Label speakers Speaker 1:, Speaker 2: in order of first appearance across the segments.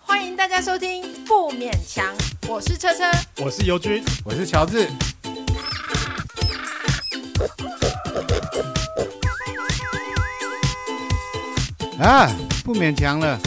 Speaker 1: 欢迎大家收听《不勉强》，我是车车。
Speaker 2: 我是尤军，
Speaker 3: 我是乔治，啊，不勉强了。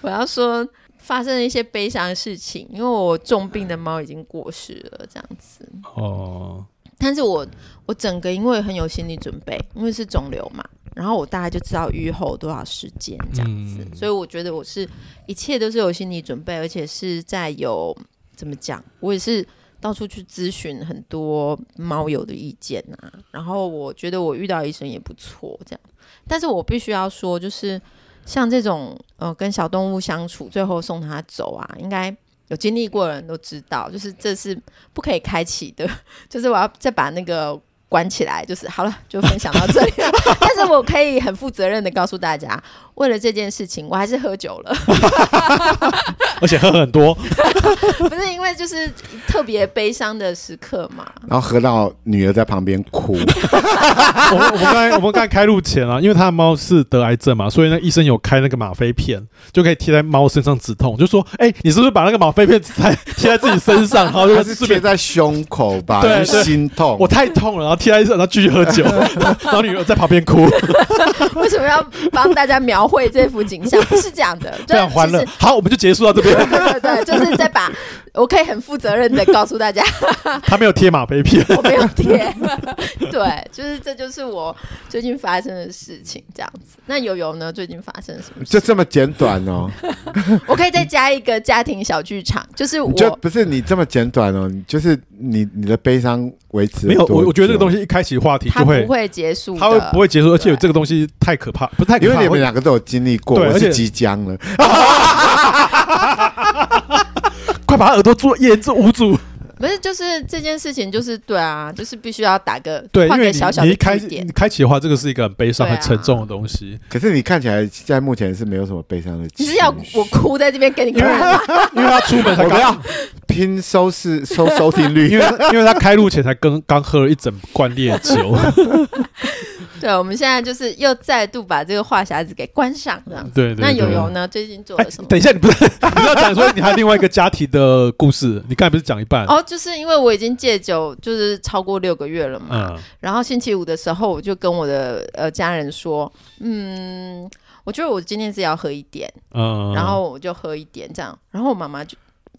Speaker 1: 我要说发生了一些悲伤的事情，因为我重病的猫已经过世了，这样子。
Speaker 2: 哦，
Speaker 1: 但是我我整个因为很有心理准备，因为是肿瘤嘛，然后我大概就知道愈后多少时间这样子，
Speaker 2: 嗯
Speaker 1: 所以我觉得我是一切都是有心理准备，而且是在有怎么讲，我也是到处去咨询很多猫友的意见啊，然后我觉得我遇到医生也不错这样，但是我必须要说，就是像这种呃跟小动物相处，最后送它走啊，应该。有经历过的人都知道，就是这是不可以开启的就是我要再把那个关起来，就是好了，就分享到这里。但是我可以很负责任的告诉大家，为了这件事情，我还是喝酒了，
Speaker 2: 而且喝很多，
Speaker 1: 不是因为就是特别悲伤的时刻嘛。
Speaker 3: 然后喝到女儿在旁边哭，
Speaker 2: 我们我们刚才我们刚才开路前啊，因为他的猫是得癌症嘛，所以那医生有开那个吗啡片，就可以贴在猫身上止痛，就说：“哎、你是不是把那个吗啡片贴贴在自己身上？”然后
Speaker 3: 她
Speaker 2: 就是顺
Speaker 3: 贴
Speaker 2: 便。
Speaker 3: 在胸口吧，
Speaker 2: 对
Speaker 3: 因为心痛。
Speaker 2: 我太痛了，然后贴在身上，然后继续喝酒，然后女儿在旁边哭，
Speaker 1: 为什么要帮大家描绘这幅景象？不是这样的，
Speaker 2: 这样欢乐
Speaker 1: 就是。
Speaker 2: 好，我们就结束到 这边。
Speaker 1: 对对对，就是在把，我可以很负责任的告诉大家，
Speaker 2: 他没有贴吗啡片，
Speaker 1: 我没有贴。 对，就是这就是我最近发生的事情，这样子。那友友呢？最近发生什么事？
Speaker 3: 就这么简短 哦，
Speaker 1: 我可以再加一个家庭小剧场，就是我
Speaker 3: 你就不是你这么简短哦，你就是你你的悲伤维持
Speaker 2: 没有。我我觉得这个东
Speaker 3: 西，
Speaker 2: 西一开启话题
Speaker 1: 它
Speaker 2: 就
Speaker 1: 不
Speaker 2: 会，
Speaker 1: 会结束的，
Speaker 2: 他会不会结束？而且
Speaker 1: 对
Speaker 2: 这个东西太可怕，不是太可
Speaker 3: 因
Speaker 2: 怕，
Speaker 3: 为你们
Speaker 2: 会
Speaker 3: 两个都有经历过，
Speaker 2: 对
Speaker 3: 我
Speaker 2: 而且
Speaker 3: 是即将了。
Speaker 2: 快把他耳朵做严重捂住。
Speaker 1: 不是就是这件事情，就是对啊，就是必须要打个
Speaker 2: 对，
Speaker 1: 画
Speaker 2: 因为
Speaker 1: 个
Speaker 2: 你
Speaker 1: 小小
Speaker 2: 你
Speaker 1: 的
Speaker 2: 一开
Speaker 1: 据点
Speaker 2: 你。开启的话，这个是一个很悲伤、
Speaker 1: 对啊
Speaker 2: 很沉重的东西。
Speaker 3: 可是你看起来现在目前是没有什么悲伤的情
Speaker 1: 你
Speaker 3: 绪，
Speaker 1: 是要我哭在这边给你
Speaker 2: 因为
Speaker 1: 看吗？
Speaker 2: 因为他出门才
Speaker 3: 我不要
Speaker 2: 刚，
Speaker 3: 拼收视收收听率，
Speaker 2: 因为因为他开路前才刚刚喝了一整罐 烈酒，
Speaker 1: 对，我们现在就是又再度把这个话匣子给关上，这样子。
Speaker 2: 嗯对对对。
Speaker 1: 那友友呢？最近做
Speaker 2: 哎
Speaker 1: 了什么？
Speaker 2: 等一下，你不是 你要讲说你还有另外一个家庭的故事？你刚才不是讲一半？
Speaker 1: 哦，就是因为我已经戒酒，就是超过六个月了嘛。
Speaker 2: 嗯，
Speaker 1: 然后星期五的时候，我就跟我的呃家人说，嗯，我觉得我今天是要喝一点。
Speaker 2: 嗯
Speaker 1: 然后我就喝一点这样，然后我妈妈就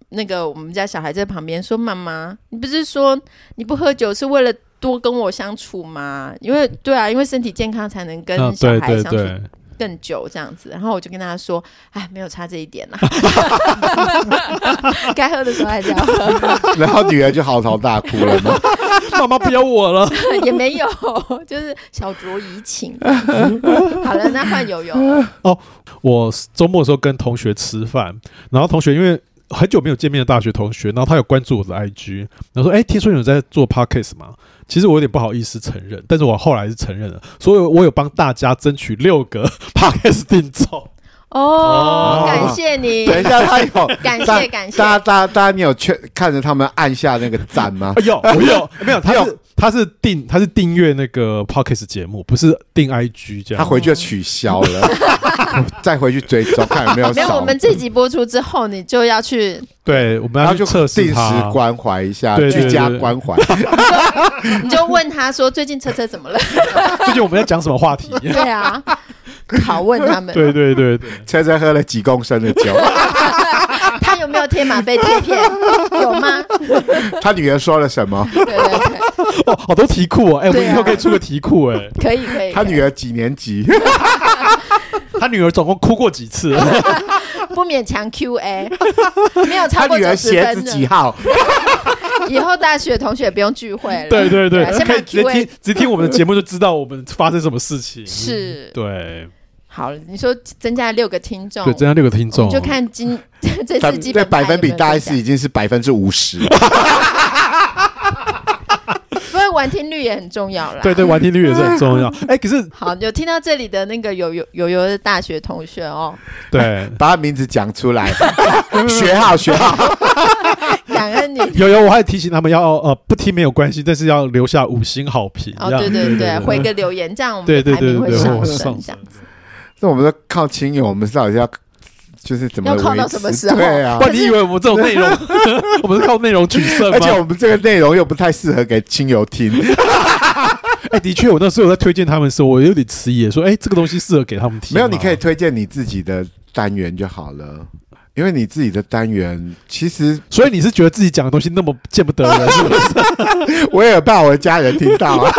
Speaker 1: 那个我们家小孩在旁边说：“妈妈，你不是说你不喝酒是为了多跟我相处吗？因为对啊，因为身体健康才能跟
Speaker 3: 啊
Speaker 2: 嗯，
Speaker 1: 小
Speaker 2: 对
Speaker 1: 孩
Speaker 2: 对
Speaker 1: 相处
Speaker 2: 对，
Speaker 1: 更久这样子。”然后我就跟他说：“哎，没有差这一点啦， 该喝的时候还是要喝，
Speaker 3: 然后女儿就嚎啕大哭了嘛。
Speaker 2: 妈妈不要我了，
Speaker 1: 也没有，就是小酌怡情。” 好了，那换友友，
Speaker 2: 我周末的时候跟同学吃饭，然后同学因为很久没有见面的大学同学，然后他有关注我的 IG，然后说：“哎、听说你有在做 podcast 吗？”其实我有点不好意思承认，但是我后来是承认了，所以我有帮大家争取六个 podcast 听 众。
Speaker 1: 哦
Speaker 3: 哦，
Speaker 1: 感谢你，
Speaker 3: 等一下，她有
Speaker 1: 感
Speaker 3: 大
Speaker 1: 谢感谢，
Speaker 3: 大家大家大家，你有确看着他们按下那个赞吗？
Speaker 2: 哎呦，我有没 有？他是他是订他是订阅那个 podcast 节目，不是订 IG 这
Speaker 3: 他
Speaker 2: 样。
Speaker 3: 回去就取消了， 再回去追踪看有没有
Speaker 1: 没有，
Speaker 3: 少
Speaker 1: 我，们这集播出之后，你就要 去，
Speaker 2: 对，我们
Speaker 3: 然
Speaker 2: 要
Speaker 3: 后
Speaker 2: 去
Speaker 3: 就
Speaker 2: 测试
Speaker 3: 定
Speaker 2: 他
Speaker 3: 时。关怀一下，
Speaker 2: 对对
Speaker 3: 居
Speaker 2: 对
Speaker 3: 家
Speaker 2: 对
Speaker 3: 关怀。
Speaker 1: 你就问他说最近车车怎么了？
Speaker 2: 最近我们在讲什么话题？
Speaker 1: 对啊，拷问他们，
Speaker 2: 对对对对，
Speaker 3: 车车喝了几公升的酒，
Speaker 1: 他有没有贴马啡贴片？有吗？
Speaker 3: 他女儿说了什么？
Speaker 1: 对对对，
Speaker 2: 哦，好多题库哦！哎，我
Speaker 1: 对
Speaker 2: 们
Speaker 1: 啊
Speaker 2: 以后可以出个题库哎。
Speaker 1: 可以可以。
Speaker 3: 他
Speaker 1: 可以
Speaker 3: 女儿几年级？
Speaker 2: 他女儿总共哭过几次？
Speaker 1: 不勉强 Q A，没有
Speaker 3: 他
Speaker 1: 超过
Speaker 3: 女
Speaker 1: 九
Speaker 3: 儿
Speaker 1: 十
Speaker 3: 鞋子啊
Speaker 1: 分
Speaker 3: 几
Speaker 1: 的，
Speaker 3: 号？
Speaker 1: 以后大学同学不用聚会 了。
Speaker 2: 对对对
Speaker 1: 啊，先
Speaker 2: 可
Speaker 1: 把
Speaker 2: 以直接
Speaker 1: Q
Speaker 2: 听
Speaker 1: A 嗯
Speaker 2: 直接听我们的节目就知道我们发生什么事情。
Speaker 1: 是
Speaker 2: 对，
Speaker 1: 好了，你说增加六个听众，
Speaker 2: 对，增加六个听
Speaker 1: 我
Speaker 2: 众
Speaker 1: 们，就看今 这
Speaker 3: 咱
Speaker 1: 次
Speaker 3: 们
Speaker 1: 基
Speaker 3: 这
Speaker 1: 本盘
Speaker 3: 百
Speaker 1: 有
Speaker 3: 分
Speaker 1: 没
Speaker 3: 比
Speaker 1: 有
Speaker 3: 大概
Speaker 1: 增加
Speaker 3: 是已经是百分之五十，
Speaker 1: 不过玩听率也很重要啦。
Speaker 2: 对对，玩听率也是很重要。哎，可是
Speaker 1: 好，有听到这里的那个有有有有的大学同学哦，
Speaker 2: 对
Speaker 3: 把他名字讲出 来，学号学号，
Speaker 1: 感恩你
Speaker 2: 有有，我还提醒他们要呃不听没有关系，但是要留下五星好评。
Speaker 1: 哦，
Speaker 2: 这样
Speaker 1: 对对对，回个留言，这样我
Speaker 2: 对
Speaker 1: 们的
Speaker 2: 对
Speaker 1: 排
Speaker 2: 对
Speaker 1: 名
Speaker 2: 对
Speaker 1: 会
Speaker 2: 对，
Speaker 1: 上
Speaker 2: 会
Speaker 1: 升，
Speaker 2: 上
Speaker 1: 这样子。
Speaker 3: 那我们都靠亲友，我们到底是要就是怎么
Speaker 1: 要靠到
Speaker 3: 维持
Speaker 1: 什么时候
Speaker 3: 对啊
Speaker 2: 不，然你以为我们这种内容， 我们是靠内容取胜
Speaker 3: 而且
Speaker 2: 吗？
Speaker 3: 我们这个内容又不太适合给亲友听，
Speaker 2: 哎，的确，我那时候在推荐他们的时候，我有点迟疑，说哎，这个东西适合给他们听吗。
Speaker 3: 没有，你可以推荐你自己的单元就好了，因为你自己的单元其实
Speaker 2: 所以你是觉得自己讲的东西那么见不得人，是不是？
Speaker 3: 我也怕我的家人听到 啊，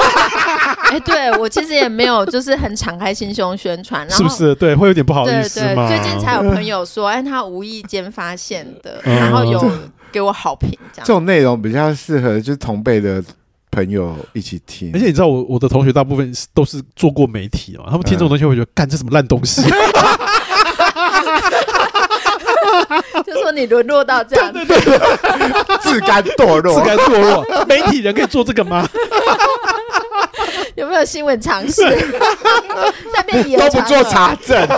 Speaker 1: 哎，对我其实也没有，就是很敞开心胸宣传，然
Speaker 2: 是
Speaker 1: 后
Speaker 2: 不是？对，会有点不好
Speaker 1: 对
Speaker 2: 意思
Speaker 1: 对
Speaker 2: 嘛。，
Speaker 1: 最近才有朋友说，哎，他无意间发现的，
Speaker 2: 嗯
Speaker 1: 然后有给我好评，这
Speaker 3: 这
Speaker 1: 样。
Speaker 3: 种内容比较适合就是同辈的朋友一起听，
Speaker 2: 而且你知道我我的同学大部分是都是做过媒体哦嘛，他们听这种东
Speaker 3: 嗯
Speaker 2: 西会觉得干这什么烂东西，
Speaker 1: 就说你沦落到这样，子，
Speaker 3: 自甘堕落，
Speaker 2: 自甘堕落，媒体人可以做这个 吗？
Speaker 1: 有没有新闻常识？ 在被
Speaker 3: 都
Speaker 1: 言
Speaker 3: 不
Speaker 1: 传
Speaker 3: 做
Speaker 1: 了
Speaker 3: 查 证，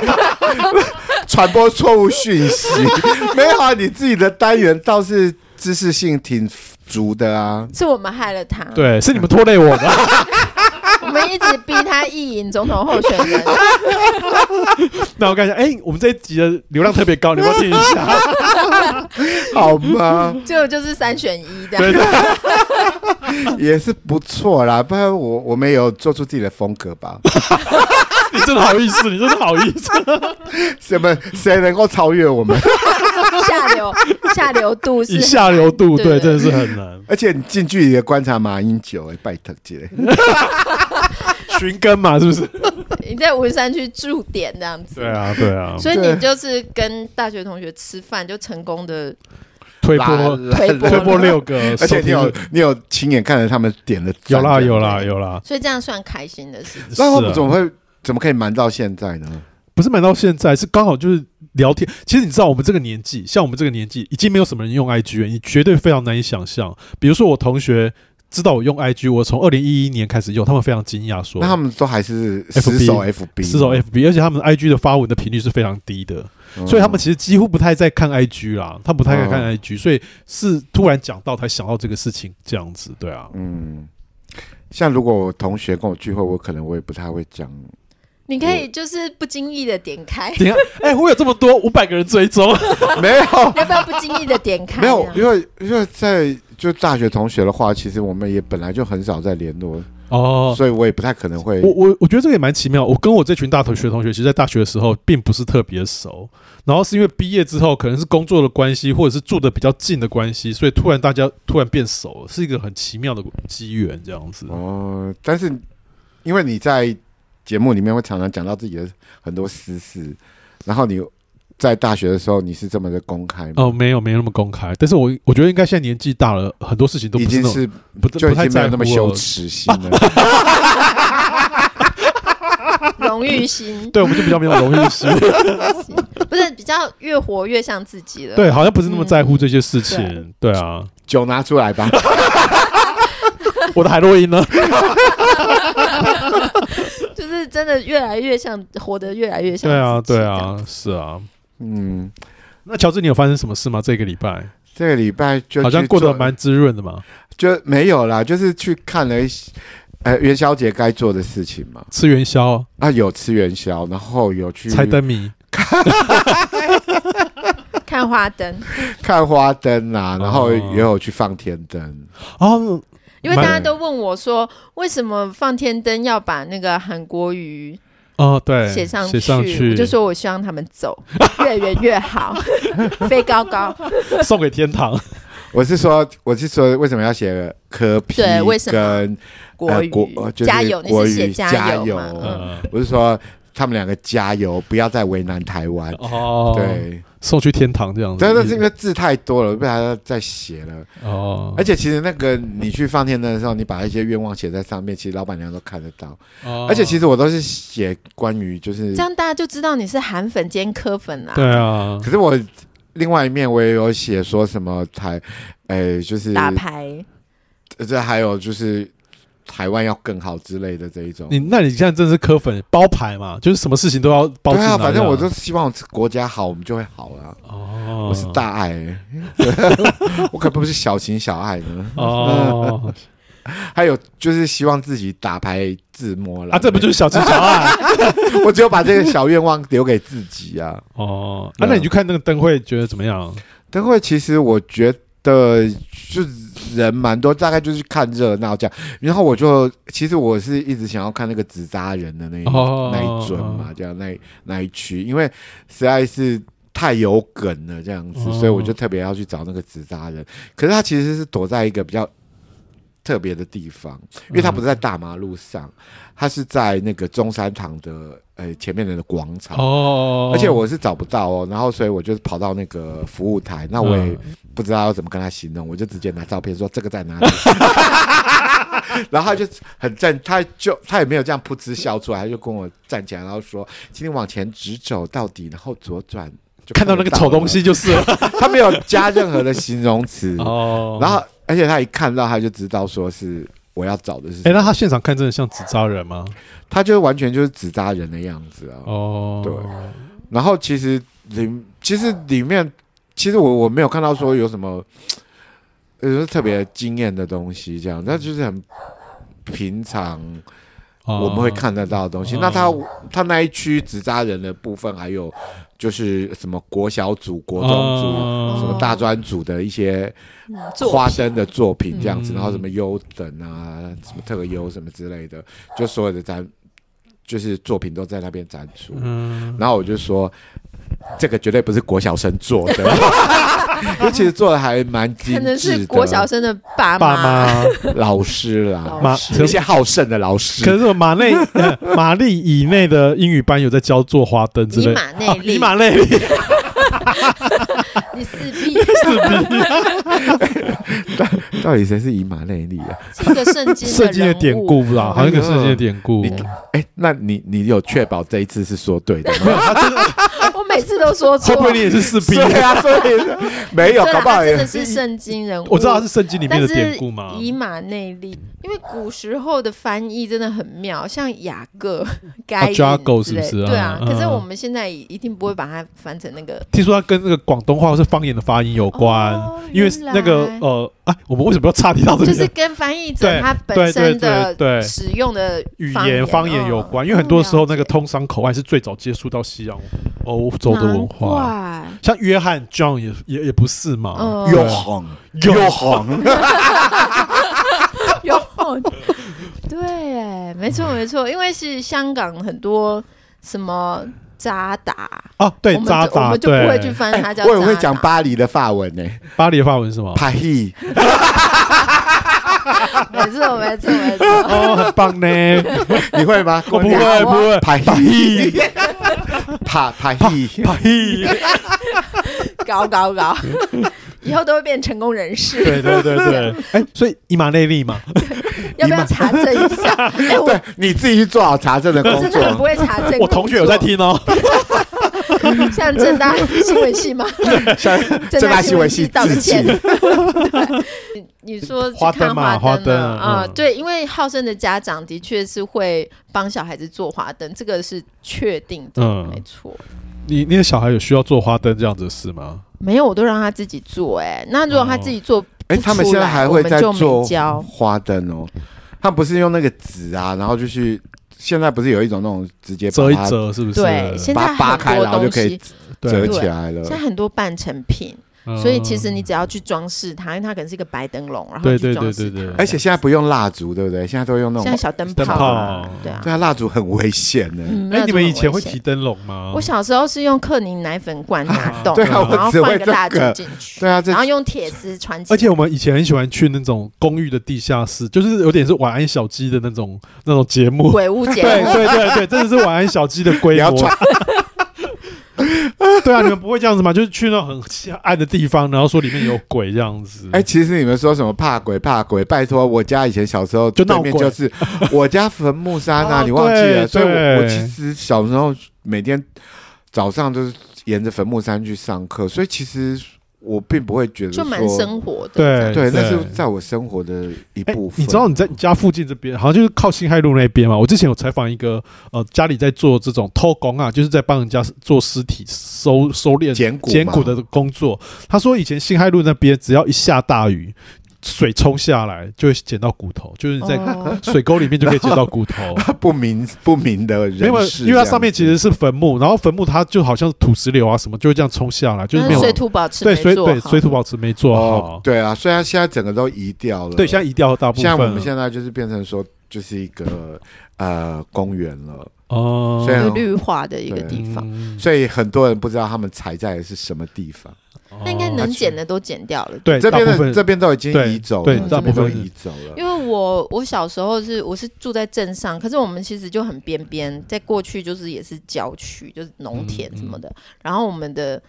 Speaker 3: 传播错误讯 息。没有啊，你自己的单元倒是知识性挺足的啊。
Speaker 1: 是我们害了他。
Speaker 2: 对，是你们拖累我 的，
Speaker 1: 我们一直逼他意淫总统候选 人，
Speaker 2: 那我看一下，哎，我们这一集的流量特别高，你们要听一 下。
Speaker 3: 好吗？
Speaker 1: 结果就是三选一这
Speaker 2: 对
Speaker 1: 样。
Speaker 2: 对，
Speaker 3: 也是不错啦，不然我我们也有做出自己的风格吧。
Speaker 2: 你真的好意思，你真的好意思。
Speaker 3: 什么谁能够超越我们？
Speaker 1: 下 流下流度
Speaker 2: 以
Speaker 1: 是
Speaker 2: 下流度，
Speaker 1: 对对
Speaker 2: 对，真的是很难。
Speaker 3: 而且你近距离的观察马英九、哎，拜特 姐，
Speaker 2: 寻根嘛，是不 是？
Speaker 1: 你在文山区驻点这样子。
Speaker 2: 对啊，对啊，
Speaker 1: 所以你就是跟大学同学吃饭，就成功的
Speaker 2: 推
Speaker 3: 拉
Speaker 2: 波
Speaker 3: 拉
Speaker 1: 推波
Speaker 2: 推波六个，
Speaker 3: 而且你
Speaker 2: 收
Speaker 3: 有
Speaker 2: 听率
Speaker 3: 你有亲眼看着他们点了赞
Speaker 2: 有啦
Speaker 3: 这样
Speaker 2: 有啦有啦，
Speaker 1: 所以这样算开心的事情。
Speaker 2: 是
Speaker 3: 那他
Speaker 2: 啊
Speaker 3: 们怎么会怎么可以瞒到现在呢？
Speaker 2: 不是买到现在，是刚好就是聊天。其实你知道，我们这个年纪，像我们这个年纪，已经没有什么人用 IG 了，你绝对非常难以想象。比如说我同学知道我用 IG，我从二零一一年开始用，他们非常惊讶说，
Speaker 3: 那他们都还是
Speaker 2: FB
Speaker 3: 死守 FB，
Speaker 2: 是走 FB，而且他们 IG 的发文的频率是非常低的，
Speaker 3: 嗯
Speaker 2: 所以他们其实几乎不太在看 IG 啦，他不太在看 IG，、所以是突然讲到才想到这个事情，这样子，对啊，
Speaker 3: 嗯，像如果我同学跟我聚会，我可能我也不太会讲。
Speaker 1: 你可以就是不经意的点开，
Speaker 2: 等一下，哎、我有这么多五百个人追 踪，
Speaker 3: 没
Speaker 2: 哦
Speaker 3: 有，
Speaker 1: 要不要不经意的点开啊？
Speaker 3: 没有，因为因为在就大学同学的话，其实我们也本来就很少在联络，
Speaker 2: 哦。
Speaker 3: 所以我也不太可能会
Speaker 2: 我。我我觉得这个也蛮奇妙。我跟我这群大同学同学，其实，在大学的时候并不是特别熟，然后是因为毕业之后，可能是工作的关系，或者是住的比较近的关系，所以突然大家突然变熟了，是一个很奇妙的机缘，这样子。
Speaker 3: 哦，但是因为你在节目里面会常常讲到自己的很多私事，然后你在大学的时候你是这么的公开吗？
Speaker 2: 哦，没有，没有那么公开，但是我我觉得应该现在年纪大了，很多事情都
Speaker 3: 已
Speaker 2: 不是
Speaker 3: 经
Speaker 2: 那种
Speaker 3: 是
Speaker 2: 不
Speaker 3: 就
Speaker 2: 不
Speaker 3: 已
Speaker 2: 太
Speaker 3: 经没
Speaker 2: 在
Speaker 3: 有那
Speaker 2: 乎
Speaker 3: 么
Speaker 2: 了
Speaker 3: 羞。耻心了。
Speaker 1: 荣誉心
Speaker 2: 对，我们就比较没有荣誉心，
Speaker 1: 不是比较越活越像自己了。
Speaker 2: 啊对，啊好像不是那么在乎这些事情。对啊，
Speaker 3: 酒拿出 来吧，
Speaker 2: 我的海洛因呢？
Speaker 1: 就是真的越来越像，活得越来越像。
Speaker 2: 对啊，对，啊，是啊。
Speaker 3: 嗯，
Speaker 2: 那乔治，你有发生什么事吗？这个礼拜
Speaker 3: 这个礼拜就
Speaker 2: 好像
Speaker 3: 去
Speaker 2: 过得
Speaker 3: 做
Speaker 2: 蛮滋润的嘛，
Speaker 3: 就没有啦，就是去看了一些，呃，元宵节该做的事情嘛。
Speaker 2: 吃元宵、
Speaker 3: 啊，有吃元宵，然后有去
Speaker 2: 猜灯谜。
Speaker 1: 看花灯，
Speaker 3: 看花灯啊，然后
Speaker 2: 哦
Speaker 3: 也有去放天灯。
Speaker 2: 哦，
Speaker 1: 因为大家
Speaker 3: 蛮
Speaker 1: 都问我说，为什么放天灯要把那个韩国瑜
Speaker 2: 哦，对，
Speaker 1: 写上
Speaker 2: 写上
Speaker 1: 我
Speaker 2: 去，
Speaker 1: 就说我希望他们走 越远越好， 飞高高。
Speaker 2: 送给天堂。
Speaker 3: 我是说，我是说，为什么要写科批？
Speaker 1: 对为什么
Speaker 3: 跟
Speaker 1: 国
Speaker 3: 呃
Speaker 1: 语、
Speaker 3: 国呃就是
Speaker 1: 加油，你
Speaker 3: 国
Speaker 1: 是写
Speaker 3: 语
Speaker 1: 加
Speaker 3: 加
Speaker 1: 嘛？
Speaker 3: 油
Speaker 1: 嗯，
Speaker 2: 呃，
Speaker 3: 我是说，他们两个加油，不要再为难台湾。
Speaker 2: 哦，
Speaker 3: 嗯对，
Speaker 2: 送去天堂这样子。
Speaker 3: 但那是因为字太多了，被他再写了。
Speaker 2: 哦，
Speaker 3: 而且其实那个你去放天灯的时候，你把一些愿望写在上面，其实老板娘都看得到。
Speaker 2: 哦
Speaker 3: 而且其实我都是写关于就是
Speaker 1: 这，样大家就知道你是韩粉兼科粉啦、
Speaker 2: 对啊，
Speaker 3: 可是我另外一面我也有写说什么台，哎，就是
Speaker 1: 打牌
Speaker 3: 这还有就是台湾要更好之类的这一种。
Speaker 2: 你那你现在真是科粉包牌嘛，就是什么事情都要包进来
Speaker 3: 对
Speaker 2: 这
Speaker 3: 啊，
Speaker 2: 样。
Speaker 3: 反正我都希望国家好，我们就会好啊。
Speaker 2: 哦，
Speaker 3: 我是大爱、 我可不是小情小爱呢。
Speaker 2: 哦
Speaker 3: 还有就是希望自己打牌自摸了
Speaker 2: 啊，这不就是小啊情小爱
Speaker 3: 我只有把这个小愿望留给自己啊。
Speaker 2: 哦？啊，那你去看那个灯会，觉得怎么样？
Speaker 3: 灯会其实我觉得就人蛮多，大概就是看热闹这样。然后我就其实我是一直想要看那个纸扎人的那一、
Speaker 2: 哦
Speaker 3: 那一尊嘛，这样那一那一区，因为实在是。太有梗了，这样子，
Speaker 2: 哦
Speaker 3: 所以我就特别要去找那个纸扎人。可是他其实是躲在一个比较特别的地方，因为他不是在大马路上，他是在那个中山堂的呃前面的广场。
Speaker 2: 哦，
Speaker 3: 而且我是找不到哦，然后所以我就跑到那个服务台，那我
Speaker 2: 嗯
Speaker 3: 也不知道要怎么跟他形容，我就直接拿照片说这个在哪里， 然后他就很站，他就他也没有这样噗嗤笑出来，他就跟我站起来，然后说，请你往前直走到底，然后左转，就
Speaker 2: 看到那个
Speaker 3: 得
Speaker 2: 丑东
Speaker 3: 了，
Speaker 2: 西就是了。
Speaker 3: 他没有加任何的形容词，
Speaker 2: 哦，
Speaker 3: 嗯然后而且他一看到他就知道说是我要找的是什么，
Speaker 2: 哎，那他现场看真的像纸扎人吗？
Speaker 3: 他就完全就是纸扎人的样子啊，
Speaker 2: 哦，啊
Speaker 3: 对然后其实里其实里面其实我我没有看到说有什么呃有什么特别惊艳的东西，这样，那就是很平常
Speaker 2: 哦
Speaker 3: 我们会。看得到的东西。
Speaker 2: 哦
Speaker 3: 那他他那一区纸扎人的部分，还有就是什么国小组、国中组、
Speaker 2: 哦
Speaker 3: 什么大专组的一些
Speaker 1: 做
Speaker 3: 嗯花灯的作品这样子，
Speaker 2: 嗯
Speaker 3: 然后什么优等啊、什么特优什么之类的，就所有的展就是作品都在那边展出。
Speaker 2: 嗯，
Speaker 3: 然后我就说，这个绝对不是国小生做的， 因为其实做的还蛮精
Speaker 1: 可
Speaker 3: 致的，
Speaker 1: 能是国小生的爸
Speaker 2: 爸妈
Speaker 3: 老师啦，
Speaker 2: 马，
Speaker 3: 一
Speaker 2: 可是
Speaker 3: 些好胜的老
Speaker 2: 可
Speaker 3: 师。
Speaker 2: 是我马内呃马丽以内的英语班有在教做花灯之
Speaker 1: 以
Speaker 2: 类
Speaker 1: 马内利
Speaker 2: 哦以马内利
Speaker 1: 你四壁
Speaker 3: 到底谁是以马内利啊？
Speaker 1: 是一个圣经
Speaker 2: 圣经的典
Speaker 1: 人物
Speaker 2: 故啦，好像一个
Speaker 3: 哎呦
Speaker 2: 圣经的典故
Speaker 3: 你。哎，那你你有确保这一次是说 对的吗？
Speaker 1: 我每次都说
Speaker 2: 会
Speaker 1: 错，
Speaker 2: 不会你也是四 B？
Speaker 3: 对 啊，所以没有，
Speaker 1: 对啦啊
Speaker 3: 搞不好
Speaker 1: 他真
Speaker 3: 也
Speaker 1: 的是圣经人物，
Speaker 2: 我知道它是圣经里面
Speaker 1: 但
Speaker 2: 的
Speaker 1: 是
Speaker 2: 典故嘛。
Speaker 1: 以马内利，因为古时候的翻译真的很妙，像雅各、该隐之类、
Speaker 2: 啊 Jago 是不是啊
Speaker 1: 对啊，
Speaker 2: 嗯
Speaker 1: 可是我们现在一定不会把它翻成那个
Speaker 2: 听说它跟那个广东话或是方言的发音有关，
Speaker 1: 哦
Speaker 2: 因为
Speaker 1: 原来
Speaker 2: 那个呃，哎，我们为什么要岔题到这里？
Speaker 1: 就是跟翻译者
Speaker 2: 对
Speaker 1: 他本身
Speaker 2: 对对对
Speaker 1: 的
Speaker 2: 对
Speaker 1: 使用的哦
Speaker 2: 语言方言有关，因为很多时候那个通商口岸是最早接触到西洋呃欧洲的文化，，
Speaker 1: 嗯
Speaker 2: 像约翰 John 也也也不是嘛，
Speaker 1: 嗯
Speaker 3: 又红又 红，
Speaker 1: 了解难怪有对，没错没错，因为是香港很多什么渣打，
Speaker 2: 啊，对
Speaker 1: 我，们
Speaker 2: 渣
Speaker 1: 就我
Speaker 2: 渣，
Speaker 1: 们就不会去
Speaker 2: 对，
Speaker 1: 翻它叫
Speaker 3: 哎我也会
Speaker 1: 渣
Speaker 3: 讲
Speaker 1: 打
Speaker 3: 巴黎的法文呢，
Speaker 2: 巴黎的法文是什么？
Speaker 3: 帕希
Speaker 1: 没错没错没错，
Speaker 2: 哦，很棒呢，
Speaker 3: 你会吗？
Speaker 2: 我不
Speaker 1: 我
Speaker 2: 会，不会，
Speaker 3: 帕希，帕帕希，
Speaker 2: 巴黎，
Speaker 1: 搞搞 搞，以后都会变成功人士。
Speaker 2: 对对对对，哎，所以以马内利嘛，
Speaker 1: 要不要查证一下？哎、我
Speaker 3: 对，你自己去做好查证的工
Speaker 1: 真的很不
Speaker 3: 作。
Speaker 1: 会查证。
Speaker 2: 我同学有在，听哦，
Speaker 1: 像正大新闻系吗？
Speaker 3: 像
Speaker 1: 正
Speaker 3: 正大
Speaker 1: 新
Speaker 3: 新闻系
Speaker 1: 道个
Speaker 3: 自己
Speaker 1: 歉。对你说去
Speaker 2: 花灯
Speaker 1: 看
Speaker 2: 嘛
Speaker 1: 花
Speaker 2: 花灯
Speaker 1: 啊啊、
Speaker 2: 嗯
Speaker 1: 对，因为浩生的家长的确是会帮小孩子做花灯，这个是确定的，
Speaker 2: 嗯
Speaker 1: 没错。
Speaker 2: 你你的小孩有需要做花灯这样子的事吗？
Speaker 1: 没有，我都让他自己做、哎，那如果他自己做，
Speaker 3: 哎，他们现在还会在
Speaker 1: 我们就
Speaker 3: 做
Speaker 1: 没教
Speaker 3: 花灯哦，他们不是用那个纸啊，然后就去，现在不是有一种那种直接把
Speaker 2: 折一
Speaker 3: 它
Speaker 2: 折是不是？
Speaker 1: 对，现
Speaker 3: 把
Speaker 1: 在
Speaker 3: 它扒开
Speaker 1: 很多
Speaker 3: 然后就
Speaker 1: 东
Speaker 3: 可以
Speaker 1: 西，
Speaker 3: 折
Speaker 2: 对，嗯
Speaker 3: 起来了
Speaker 1: 现。在很多半成品。所以其实你只要去装饰它，因为它可能是一个白灯笼，然后
Speaker 2: 哦对
Speaker 1: 你去
Speaker 2: 对
Speaker 1: 装
Speaker 2: 对
Speaker 1: 饰
Speaker 2: 对对
Speaker 1: 它。
Speaker 3: 而且现在不用蜡烛，对不对？现在都用那
Speaker 1: 像
Speaker 3: 种，
Speaker 1: 小灯
Speaker 2: 灯
Speaker 1: 泡啊
Speaker 2: 泡，
Speaker 1: 对啊。
Speaker 3: 对啊，蜡烛很危险呢。
Speaker 1: 嗯，没
Speaker 2: 哎
Speaker 1: 有，
Speaker 2: 你
Speaker 1: 这么
Speaker 2: 们以前会
Speaker 1: 危险
Speaker 2: 提？灯笼吗？
Speaker 1: 我小时候是用克宁奶粉罐拿洞，
Speaker 3: 对
Speaker 2: 啊
Speaker 1: 然后
Speaker 3: 我只会
Speaker 1: 放一个蜡烛
Speaker 3: 这个
Speaker 1: 进去，
Speaker 3: 对啊，这
Speaker 1: 然后用铁丝穿起
Speaker 2: 而
Speaker 1: 来。
Speaker 2: 且我们以前很喜欢去那种公寓的地下室，就是有点是晚安小鸡的那种那种节目。
Speaker 1: 鬼屋节
Speaker 2: 对
Speaker 1: 目，
Speaker 2: 对对对，真的是晚安小鸡的
Speaker 3: 你
Speaker 2: 规
Speaker 3: 要
Speaker 2: 模
Speaker 3: 穿。
Speaker 2: 对啊，你们不会这样子吗？就是去那种很暗的地方，然后说里面有鬼这样子。
Speaker 3: 哎、其实你们说什么怕鬼怕鬼，拜托，我家以前小时候
Speaker 2: 就闹
Speaker 3: 对
Speaker 2: 鬼
Speaker 3: 面就是 我家坟墓山啊，
Speaker 2: 哦
Speaker 3: 你忘记
Speaker 2: 对
Speaker 3: 了？所以我我
Speaker 2: 对
Speaker 3: 其实小时候每天早上都是沿着坟墓山去上课，所以其实我并不会觉得
Speaker 1: 就蛮
Speaker 3: 说
Speaker 1: 生活的。
Speaker 2: 对
Speaker 1: 这样
Speaker 3: 对，那是
Speaker 2: 对
Speaker 3: 在我生活的一
Speaker 2: 哎
Speaker 3: 部分。
Speaker 2: 你知道你在你家附近这边，好像就是靠新海路那边嘛。我之前有采访一个呃，家里在做这种偷工啊，就是在帮人家做尸体收收敛
Speaker 3: 捡骨
Speaker 2: 捡
Speaker 3: 嘛
Speaker 2: 骨的工作。他说以前新海路那边只要一下大雨，水冲下来就会捡到骨头，就是你在
Speaker 1: 哦
Speaker 2: 水沟里面就可以捡到骨 头。
Speaker 3: 不明不明的
Speaker 2: 没有
Speaker 3: 人，士这样子，
Speaker 2: 因为它上面其实是坟墓，然后坟墓它就好像土石流啊什么，就会这样冲下来，就是
Speaker 1: 但
Speaker 2: 没
Speaker 1: 是
Speaker 2: 有
Speaker 1: 嗯水土保持
Speaker 2: 对
Speaker 1: 没
Speaker 2: 水
Speaker 1: 做
Speaker 2: 对
Speaker 1: 好
Speaker 2: 水土保持没做好
Speaker 3: 哦，，对啊，虽然现在整个都移掉了，
Speaker 2: 对，现在移掉大部分了。
Speaker 3: 像我们现在就是变成说，就是一个呃公园了，
Speaker 2: 哦，
Speaker 3: 虽然
Speaker 1: 有绿化的一个
Speaker 3: 对
Speaker 1: 地方。
Speaker 2: 嗯
Speaker 3: 所以很多人不知道他们踩在的是什么地方。
Speaker 1: 那应该
Speaker 2: 哦
Speaker 1: 能剪的都剪掉了。
Speaker 2: 对
Speaker 3: 这边
Speaker 2: 大部分
Speaker 3: 的这边都已经移走了，
Speaker 2: 对
Speaker 1: 对
Speaker 3: 这边
Speaker 1: 大部
Speaker 3: 都
Speaker 2: 分
Speaker 3: 移走了。
Speaker 1: 因为我我小时候是我是住在镇上，可是我们其实就很边边，在过去就是也是郊区，就是
Speaker 2: 嗯
Speaker 1: 农田什么的。然后我们的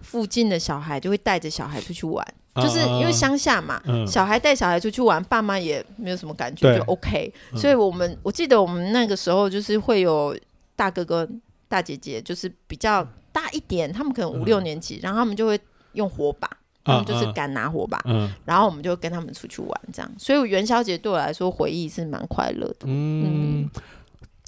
Speaker 1: 附近的小孩就会带着小孩出去玩，就是因为乡下嘛，
Speaker 2: 啊嗯
Speaker 1: 小孩带小孩出去玩，爸妈也没有什么感觉，
Speaker 2: 对
Speaker 1: 就 OK。
Speaker 2: 嗯
Speaker 1: 所以我们我记得我们那个时候就是会有大哥哥、大姐姐，就是比较大一点，他们可能五
Speaker 2: 嗯啊
Speaker 1: 六年级，然后他们就会用火把，他们就是敢拿火把，
Speaker 2: 嗯
Speaker 1: 然后我们就跟他们出去玩这样。所以元宵节对我来说回忆是蛮快乐的。
Speaker 2: 嗯，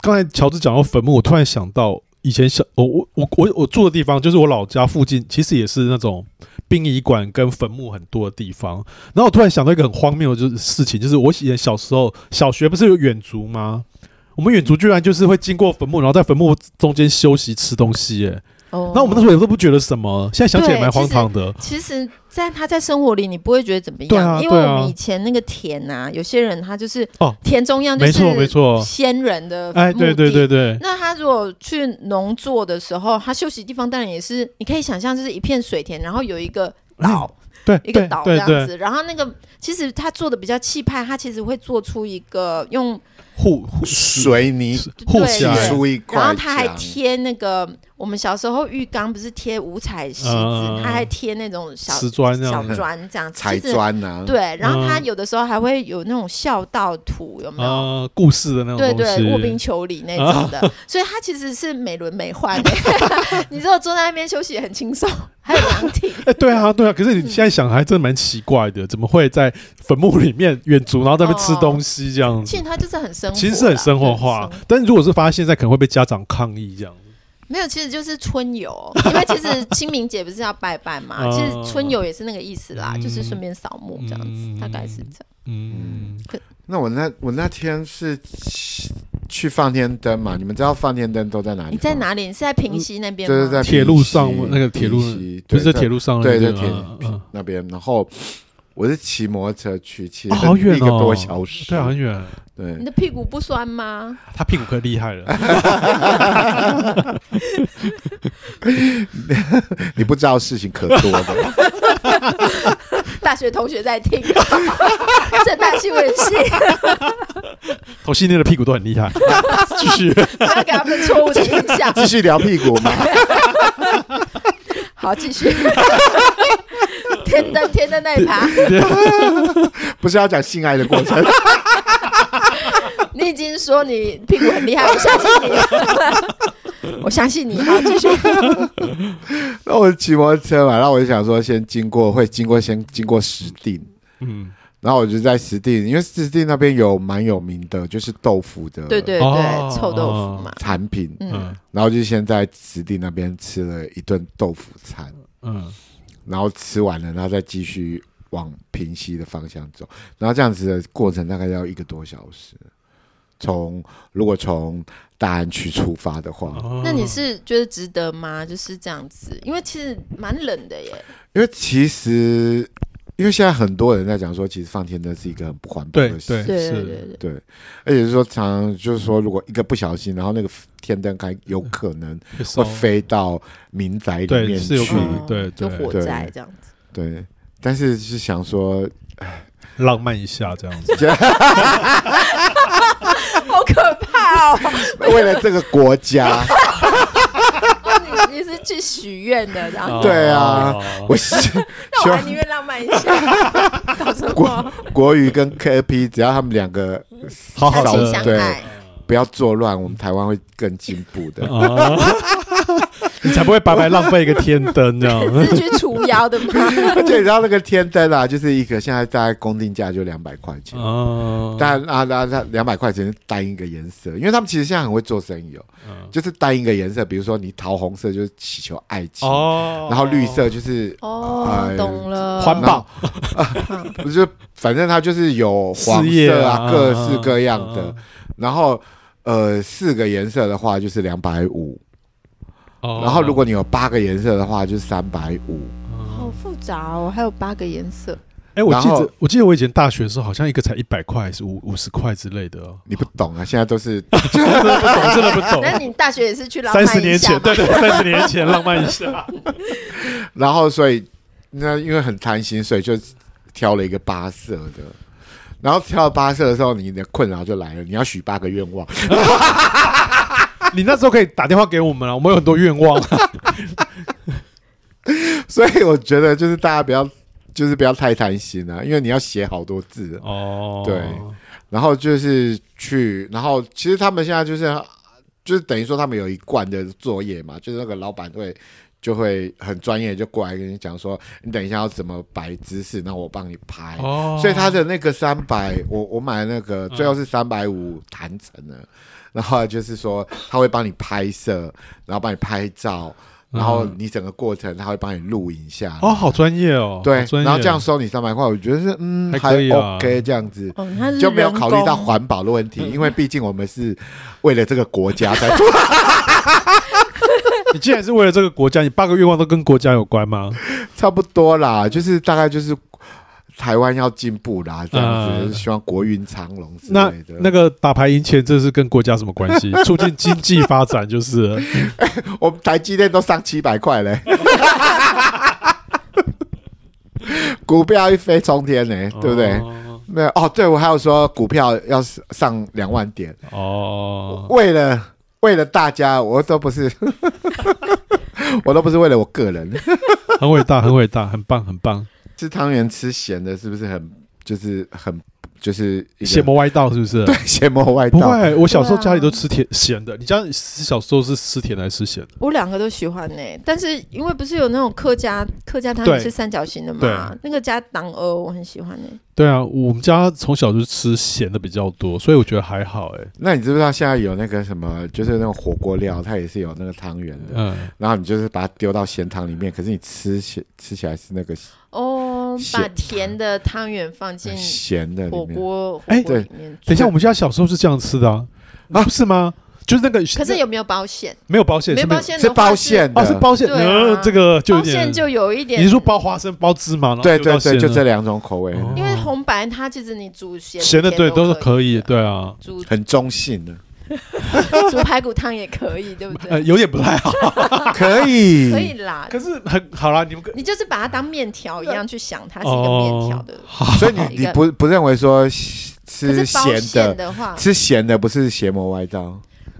Speaker 2: 刚才乔治讲到坟墓，我突然想到以前小我我我我我住的地方，就是我老家附近，其实也是那种殡仪馆跟坟墓很多的地方。然后我突然想到一个很荒谬的就是事情，就是我以前小时候小学不是有远足吗？我们远足居然就是会经过坟墓，然后在坟墓中间休息吃东西，哎，
Speaker 1: 哦
Speaker 2: 那我们那时候也都不觉得什么，现在想起来
Speaker 1: 对
Speaker 2: 蛮
Speaker 1: 其
Speaker 2: 荒
Speaker 1: 实
Speaker 2: 唐的。
Speaker 1: 其实，在他在生活里，你不会觉得怎么
Speaker 2: 对
Speaker 1: 样，
Speaker 2: 啊
Speaker 1: 因为
Speaker 2: 对
Speaker 1: 我
Speaker 2: 啊
Speaker 1: 们以前那个田啊，有些人他就是
Speaker 2: 哦
Speaker 1: 田中央就
Speaker 2: 没
Speaker 1: 是
Speaker 2: 错没错
Speaker 1: 先人的
Speaker 2: 哎，对对
Speaker 1: 墓地
Speaker 2: 对对，
Speaker 1: 那他如果去农作的时候，他休息地方当然也是，你可以想象就是一片水田，然后有一个岛，
Speaker 2: 对
Speaker 1: 一个
Speaker 2: 对
Speaker 1: 岛这
Speaker 2: 对
Speaker 1: 样
Speaker 2: 对
Speaker 1: 子。然后那个其实他做的比较气派，他其实会做出一个用，
Speaker 2: 互互
Speaker 3: 水泥
Speaker 2: 互
Speaker 1: 对
Speaker 3: 挤
Speaker 2: 相
Speaker 3: 出一块
Speaker 1: 然后
Speaker 3: 墙，
Speaker 1: 他还贴那个我们小时候浴缸不是贴五彩席子，
Speaker 2: 嗯
Speaker 1: 他还贴那种小
Speaker 2: 瓷砖这
Speaker 1: 小
Speaker 2: 样
Speaker 1: 砖这样子，
Speaker 3: 踩
Speaker 1: 其实
Speaker 3: 砖啊，
Speaker 1: 对，然后他
Speaker 2: 嗯
Speaker 1: 有的时候还会有那种孝道图，有没有？
Speaker 2: 呃故事的那种
Speaker 1: 啊对
Speaker 2: 东西哦
Speaker 1: 对，卧冰求鲤那种的， 所以它其实是美轮美奂的。 你如果坐在那边休息也很轻松， 还有凉 亭，
Speaker 2: 哎、对啊，对啊，可是你现在想还真的蛮奇怪的，怎么会在坟墓里面远足，然后在那边吃东西这样
Speaker 1: 其
Speaker 2: 子？
Speaker 1: 实它就是很生活啦，
Speaker 2: 其实是很生活化
Speaker 1: 嗯很生，
Speaker 2: 但是如果是发现现在可能会被家长抗议这样子。
Speaker 1: 没有，其实就是春游，因为其实清明节不是要拜拜嘛，
Speaker 2: 哦
Speaker 1: 其实春游也是那个意思啦，
Speaker 2: 嗯
Speaker 1: 就是顺便扫墓这样
Speaker 2: 嗯
Speaker 1: 子，大概是这样。
Speaker 2: 嗯，
Speaker 3: 那我那我那天是去放天灯嘛？你们知道放天灯都在哪里？
Speaker 1: 你在？哪里？你是在平溪那边
Speaker 3: 就是在
Speaker 1: 吗？
Speaker 2: 铁路上
Speaker 3: 平溪
Speaker 2: 那个铁路
Speaker 3: 平溪
Speaker 2: 不是在
Speaker 3: 对
Speaker 2: 铁路上
Speaker 3: 对
Speaker 2: 对
Speaker 3: 对铁
Speaker 2: 嗯嗯
Speaker 3: 那边，然后我是骑摩托车去，骑
Speaker 2: 哦
Speaker 3: 了
Speaker 2: 好远哦
Speaker 3: 一个多小时，
Speaker 2: 对啊，很远，
Speaker 1: 你
Speaker 3: 对，
Speaker 1: 的屁股不酸吗？
Speaker 2: 他屁股可厉害了。
Speaker 3: 你不知道事情可多的，
Speaker 1: 大学同学在听， 正大新闻系，
Speaker 2: 同性恋的屁股都很厉害。继续，
Speaker 1: 不要给他们错误的印象。
Speaker 3: 继续聊屁股嘛。
Speaker 1: 好，继续。 天灯，天灯那一趴，
Speaker 3: 不是要讲性爱的过程，
Speaker 1: 你已经说你屁股很厉害，我相信你，我相信你。好，继续。
Speaker 3: 那我骑摩托车嘛，然后我就想说先经过，会经过先经过石碇，
Speaker 2: 嗯，
Speaker 3: 然后我就在石碇，因为石碇那边有蛮有名的，就是豆腐的
Speaker 1: 对对
Speaker 2: 哦
Speaker 1: 对，臭豆腐嘛。
Speaker 3: 产品，
Speaker 1: 嗯
Speaker 2: 嗯，
Speaker 3: 然后就先在石碇那边吃了一顿豆腐餐，
Speaker 2: 嗯，
Speaker 3: 然后吃完了，然后再继续往平溪的方向走，然后这样子的过程大概要一个多小时。从如果从大安区出发的话，
Speaker 2: 哦
Speaker 1: 那你是觉得值得吗？就是这样子，因为其实蛮冷的耶。
Speaker 3: 因为其实因为现在很多人在讲说，其实放天灯是一个很不环保
Speaker 2: 对
Speaker 3: 的事
Speaker 2: 对
Speaker 1: 对
Speaker 3: 情，
Speaker 1: 对
Speaker 2: 是
Speaker 1: 对对，
Speaker 3: 对，而且是说常常就是说，如果一个不小心，然后那个天灯开有可能
Speaker 2: 会
Speaker 3: 会
Speaker 2: 烧
Speaker 3: 飞到民宅
Speaker 2: 嗯
Speaker 3: 里
Speaker 2: 对
Speaker 3: 面
Speaker 2: 是有
Speaker 3: 去
Speaker 2: 可，能
Speaker 1: 嗯
Speaker 2: 对
Speaker 1: 就
Speaker 2: 对
Speaker 1: 火灾这样子。
Speaker 3: 对。但是是想说，
Speaker 2: 浪漫一下这样子。
Speaker 1: 好可怕哦！
Speaker 3: 为了这个国家，
Speaker 1: 哦你你是去许愿的，然后
Speaker 2: 哦
Speaker 3: 对啊，我希
Speaker 1: 那
Speaker 3: 希
Speaker 1: 我还
Speaker 3: 望
Speaker 1: 宁愿浪漫一下， 搞什么？
Speaker 3: 国语跟 KP 只要他们两个
Speaker 2: 好好
Speaker 1: 相亲
Speaker 3: 的
Speaker 1: 相
Speaker 3: 对
Speaker 1: 爱，
Speaker 3: 不要作乱，我们台湾会更进步的。
Speaker 2: 啊， 你才不会白白浪费一个天灯这 样。
Speaker 1: 是去除妖 的吗？
Speaker 3: 而且你知道那个天灯啊，就是一个现在大概公定价就两百块钱，
Speaker 2: 哦，
Speaker 3: 但啊那那两百块钱单一个颜色，因为他们其实现在很会做生意哦，
Speaker 2: 嗯
Speaker 3: 就是单一个颜色，比如说你桃红色就是祈求爱情，
Speaker 2: 哦，
Speaker 3: 然后绿色就是
Speaker 1: 哦，
Speaker 3: 哎
Speaker 1: 懂了，
Speaker 2: 环保
Speaker 3: 不是，反正它就是有黄
Speaker 2: 事业
Speaker 3: 色啊，各式各样
Speaker 2: 啊
Speaker 3: 的。然后呃，四个颜色的话就是两百五，
Speaker 2: 哦
Speaker 3: 然后如果你有八个颜色的话就是三百五。
Speaker 1: 好复杂哦，还有八个颜色，
Speaker 2: 哎，我记
Speaker 3: 然
Speaker 2: 得
Speaker 3: 后
Speaker 2: 我记得我以前大学的时候，好像一个才一百块，还是五五十块之类的哦。
Speaker 3: 你不懂啊，现在都是
Speaker 2: 真的不懂，真的不
Speaker 1: 那
Speaker 2: 懂。
Speaker 1: 你大学也是去浪漫
Speaker 2: 三
Speaker 1: 一
Speaker 2: 十年
Speaker 1: 下
Speaker 2: 前，
Speaker 1: 吗
Speaker 2: 对对，三十年前浪漫一 下。
Speaker 3: 然后所以那因为很贪心，所以就挑了一个八色的。然后挑八色的时候，你的困扰就来了，你要许八个愿望。
Speaker 2: 你那时候可以打电话给我们啊，我们有很多愿望。
Speaker 3: 所以我觉得就是大家不要，就是不要太贪心啊，因为你要写好多字 啊
Speaker 2: 哦
Speaker 3: 对然后就是去，然后其实他们现在就是就是等于说他们有一贯的作业嘛，就是那个老板会就会很专业，就过来跟你讲说，你等一下要怎么摆姿势，那我帮你拍。
Speaker 2: 哦嗯
Speaker 3: 所以他的那个三百，我我买那个最后是三百五谈成了，然后就是说他会帮你拍摄，然后帮你拍照，然后你整个过程他会帮你录影下来。
Speaker 2: 嗯哦，好专业哦，
Speaker 3: 对
Speaker 2: 好，专业
Speaker 3: 然后这样收你三百块，我觉得是嗯
Speaker 2: 还
Speaker 3: 还
Speaker 2: 可以啊
Speaker 3: OK 这样子。
Speaker 1: 哦，他是
Speaker 3: 就没有
Speaker 1: 人
Speaker 3: 考虑到
Speaker 1: 工
Speaker 3: 环保的问题，因为毕竟我们是为了这个国家 在做。
Speaker 2: 你既然是为了这个国家，你八个愿望都跟国家有关吗？
Speaker 3: 差不多啦，就是大概就是台湾要进步啦，这样子、
Speaker 2: 嗯
Speaker 3: 就是希望国运长龙之
Speaker 2: 那
Speaker 3: 类的。
Speaker 2: 那个打牌赢钱，这是跟国家什么关 系？促进经济发展就是了。
Speaker 3: 我们台积电都上七百块嘞，股票一飞冲天呢、对不对？
Speaker 2: 哦
Speaker 3: 那哦，对我还有说股票要上两万点，
Speaker 2: 哦，
Speaker 3: 为了为了大家，我都不是， 我都不是为了我个人。
Speaker 2: 哦很伟大，很伟大，很棒，很棒。
Speaker 3: 吃汤圆吃咸的，是不是很就是很就是一个
Speaker 2: 邪魔歪道是不是？
Speaker 3: 对邪魔外
Speaker 2: 不
Speaker 3: 道？
Speaker 2: 会，我小时候家里都吃甜咸的。你家里小时候是吃甜的还是吃咸的？
Speaker 1: 我两个都喜欢呢、但是因为不是有那种客家客家汤
Speaker 2: 对
Speaker 1: 也是三角形的嘛
Speaker 2: 对，
Speaker 1: 那个加党鹅我很喜欢呢、
Speaker 2: 对啊，我们家从小就吃咸的比较多，所以我觉得还好哎。
Speaker 3: 那你知不知道现在有那个什么，就是那种火锅料，它也是有那个汤圆的，
Speaker 2: 嗯，
Speaker 3: 然后你就是把它丢到咸汤里面，可是你吃起吃起来是那个
Speaker 1: 哦，
Speaker 3: 咸
Speaker 1: 把甜的汤圆放进
Speaker 3: 咸的
Speaker 1: 火
Speaker 3: 里面。
Speaker 1: 锅
Speaker 2: 哎
Speaker 1: 火锅
Speaker 3: 对
Speaker 1: 里面煮。
Speaker 2: 等一下，我们家小时候是这样吃的啊，啊不是吗？就是那个，
Speaker 1: 可是有没有保险？
Speaker 2: 没有保险，
Speaker 1: 没
Speaker 2: 是
Speaker 1: 有保险
Speaker 3: 是
Speaker 1: 的话
Speaker 3: 包馅的，
Speaker 2: 哦，是包馅，
Speaker 1: 对啊
Speaker 2: 呃，这个就有
Speaker 1: 保
Speaker 2: 点
Speaker 1: 险就有一点。
Speaker 2: 你是说包花生、包芝麻，然后
Speaker 3: 对
Speaker 2: 丢
Speaker 3: 对
Speaker 2: 到
Speaker 3: 对，
Speaker 2: 咸
Speaker 3: 就
Speaker 2: 的
Speaker 3: 这两种口味，
Speaker 2: 哦
Speaker 1: 因为红白它其实你煮咸
Speaker 2: 咸的
Speaker 1: 甜
Speaker 2: 对都是可以，
Speaker 1: 的，
Speaker 2: 对啊，
Speaker 1: 煮
Speaker 3: 很中性 的，
Speaker 1: 煮排骨汤也可以，对不
Speaker 2: 呃，
Speaker 1: 对？
Speaker 2: 有点不太好，
Speaker 3: 可以，
Speaker 1: 可以啦，
Speaker 2: 可是很好啦，你们可
Speaker 1: 你就是把它当面条一样去想， 它是一个
Speaker 2: 哦
Speaker 1: 面条的。
Speaker 3: 所以你
Speaker 1: 一
Speaker 3: 你
Speaker 1: 个
Speaker 3: 不不认为说
Speaker 1: 可
Speaker 3: 吃
Speaker 1: 是包
Speaker 3: 咸
Speaker 1: 馅
Speaker 3: 的
Speaker 1: 的 嗯话
Speaker 3: 吃咸的不是邪魔外道？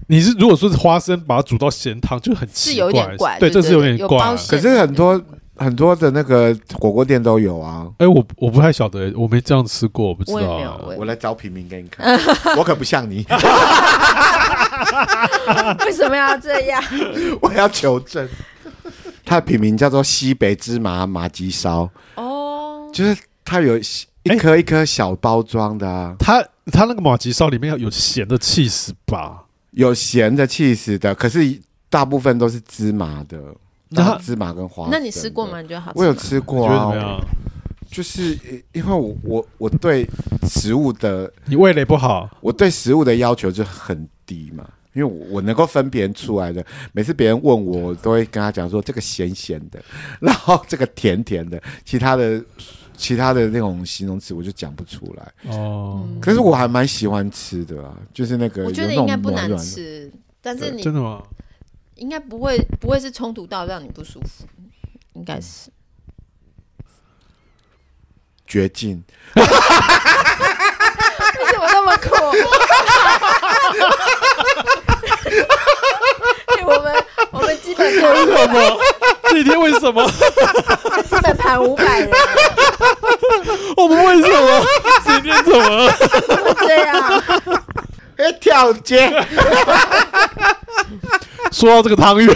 Speaker 2: 你是如果说是花生把它煮到咸汤，就很奇
Speaker 1: 是有点怪
Speaker 2: 对，
Speaker 1: 对
Speaker 2: 这是有点
Speaker 1: 有
Speaker 2: 怪啊
Speaker 1: 包。馅
Speaker 3: 可是很多很多的那个火锅店都有啊。
Speaker 2: 哎，我我不太晓得，我没这样吃过，我不知
Speaker 1: 我也
Speaker 2: 道
Speaker 1: 没有，
Speaker 2: 啊。
Speaker 1: 我也
Speaker 3: 我来找平民给你看， 我可不 像你，
Speaker 1: 为什么要这样？
Speaker 3: 我要求证。它的品名叫做西北芝麻麻鸡烧，
Speaker 1: 哦，
Speaker 3: 就是它有一颗一颗小包装的、啊，
Speaker 2: 它它那个马吉烧里面要有咸的气势吧？
Speaker 3: 有咸的、气死的，可是大部分都是芝麻的，
Speaker 2: 那它
Speaker 3: 那芝麻跟花。
Speaker 1: 那你吃过吗？？你觉得好吃？
Speaker 3: 我有。吃过
Speaker 2: 你觉得怎么
Speaker 3: 啊，
Speaker 2: 样？
Speaker 3: 就是因为我我我对食物的
Speaker 2: 你味蕾不好，
Speaker 3: 我对食物的要求就很低嘛，因为我我能够分别人出来的。每次别人问我，我都会跟他讲说这个咸咸的， 然后这个甜甜的，其他的其他的那种形容词我就讲不出来。
Speaker 2: 哦，
Speaker 1: 嗯
Speaker 3: 可是我还蛮喜欢吃的啊，就是那个
Speaker 1: 我觉
Speaker 3: 有
Speaker 1: 得
Speaker 3: 那
Speaker 1: 应
Speaker 3: 种
Speaker 1: 该不
Speaker 3: 软
Speaker 1: 难
Speaker 3: 软的。
Speaker 1: 吃，但是你
Speaker 2: 真的吗？
Speaker 1: 应该不会不会是冲突到让你不舒服，应
Speaker 2: 嗯
Speaker 1: 该是。
Speaker 3: 绝境，
Speaker 1: 为什么那么苦？ 哎我们我们基本上
Speaker 2: 什么？这几天为什么？
Speaker 1: 资本盘五百人，
Speaker 2: 我们为什 么？今天怎么了？
Speaker 1: 对啊，
Speaker 3: 哎跳街，
Speaker 2: 说到这个汤圆，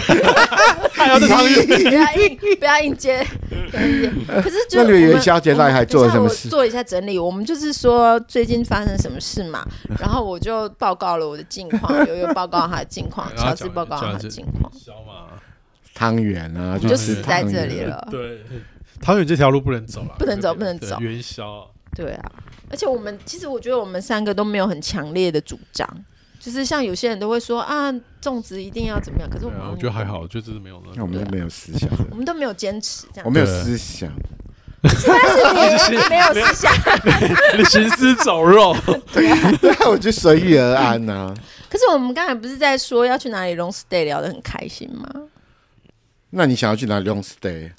Speaker 2: 还要这汤圆，
Speaker 1: 不要硬不要硬接。不要硬接可是就
Speaker 3: 那你
Speaker 1: 我
Speaker 3: 们
Speaker 1: 们
Speaker 3: 元宵节到底还做了什么
Speaker 1: 我们等一下
Speaker 3: 事
Speaker 1: 我做一下整理，我们就是说最近发生什么事嘛，然后我就报告了我的近 况，悠悠报告他的近况，
Speaker 2: 然
Speaker 1: 乔
Speaker 2: 后他
Speaker 1: 治
Speaker 2: 讲
Speaker 1: 报告
Speaker 2: 讲
Speaker 1: 他
Speaker 2: 的
Speaker 1: 的
Speaker 2: 是
Speaker 1: 近况，
Speaker 2: 小马
Speaker 3: 汤圆啊，
Speaker 1: 就
Speaker 3: 吃
Speaker 1: 死
Speaker 3: 汤
Speaker 1: 在
Speaker 3: 圆
Speaker 1: 这里。 了。
Speaker 2: 对。汤圆这条路不能走了，
Speaker 1: 不能走
Speaker 2: 对
Speaker 1: 不能走
Speaker 2: 对元宵
Speaker 1: 对啊，而且我们其实我觉得我们三个都没有很强烈的主张，就是像有些人都会说啊，种植一定要怎么样，可是
Speaker 2: 对
Speaker 1: 我们、
Speaker 2: 啊，我觉得还，好，我觉得真的没有那
Speaker 3: 那我
Speaker 2: 个。
Speaker 3: 们是没有思想的
Speaker 1: 我，们都没有坚持这样
Speaker 3: 我，没有思想，
Speaker 1: 但是你没有思想。
Speaker 2: 你行尸 走肉，
Speaker 3: 对啊，我就随遇而安啊呐。
Speaker 1: 可是我们刚才不是在说要去哪里 long stay 聊得很开心 吗？
Speaker 3: 那你想要去哪里 long stay？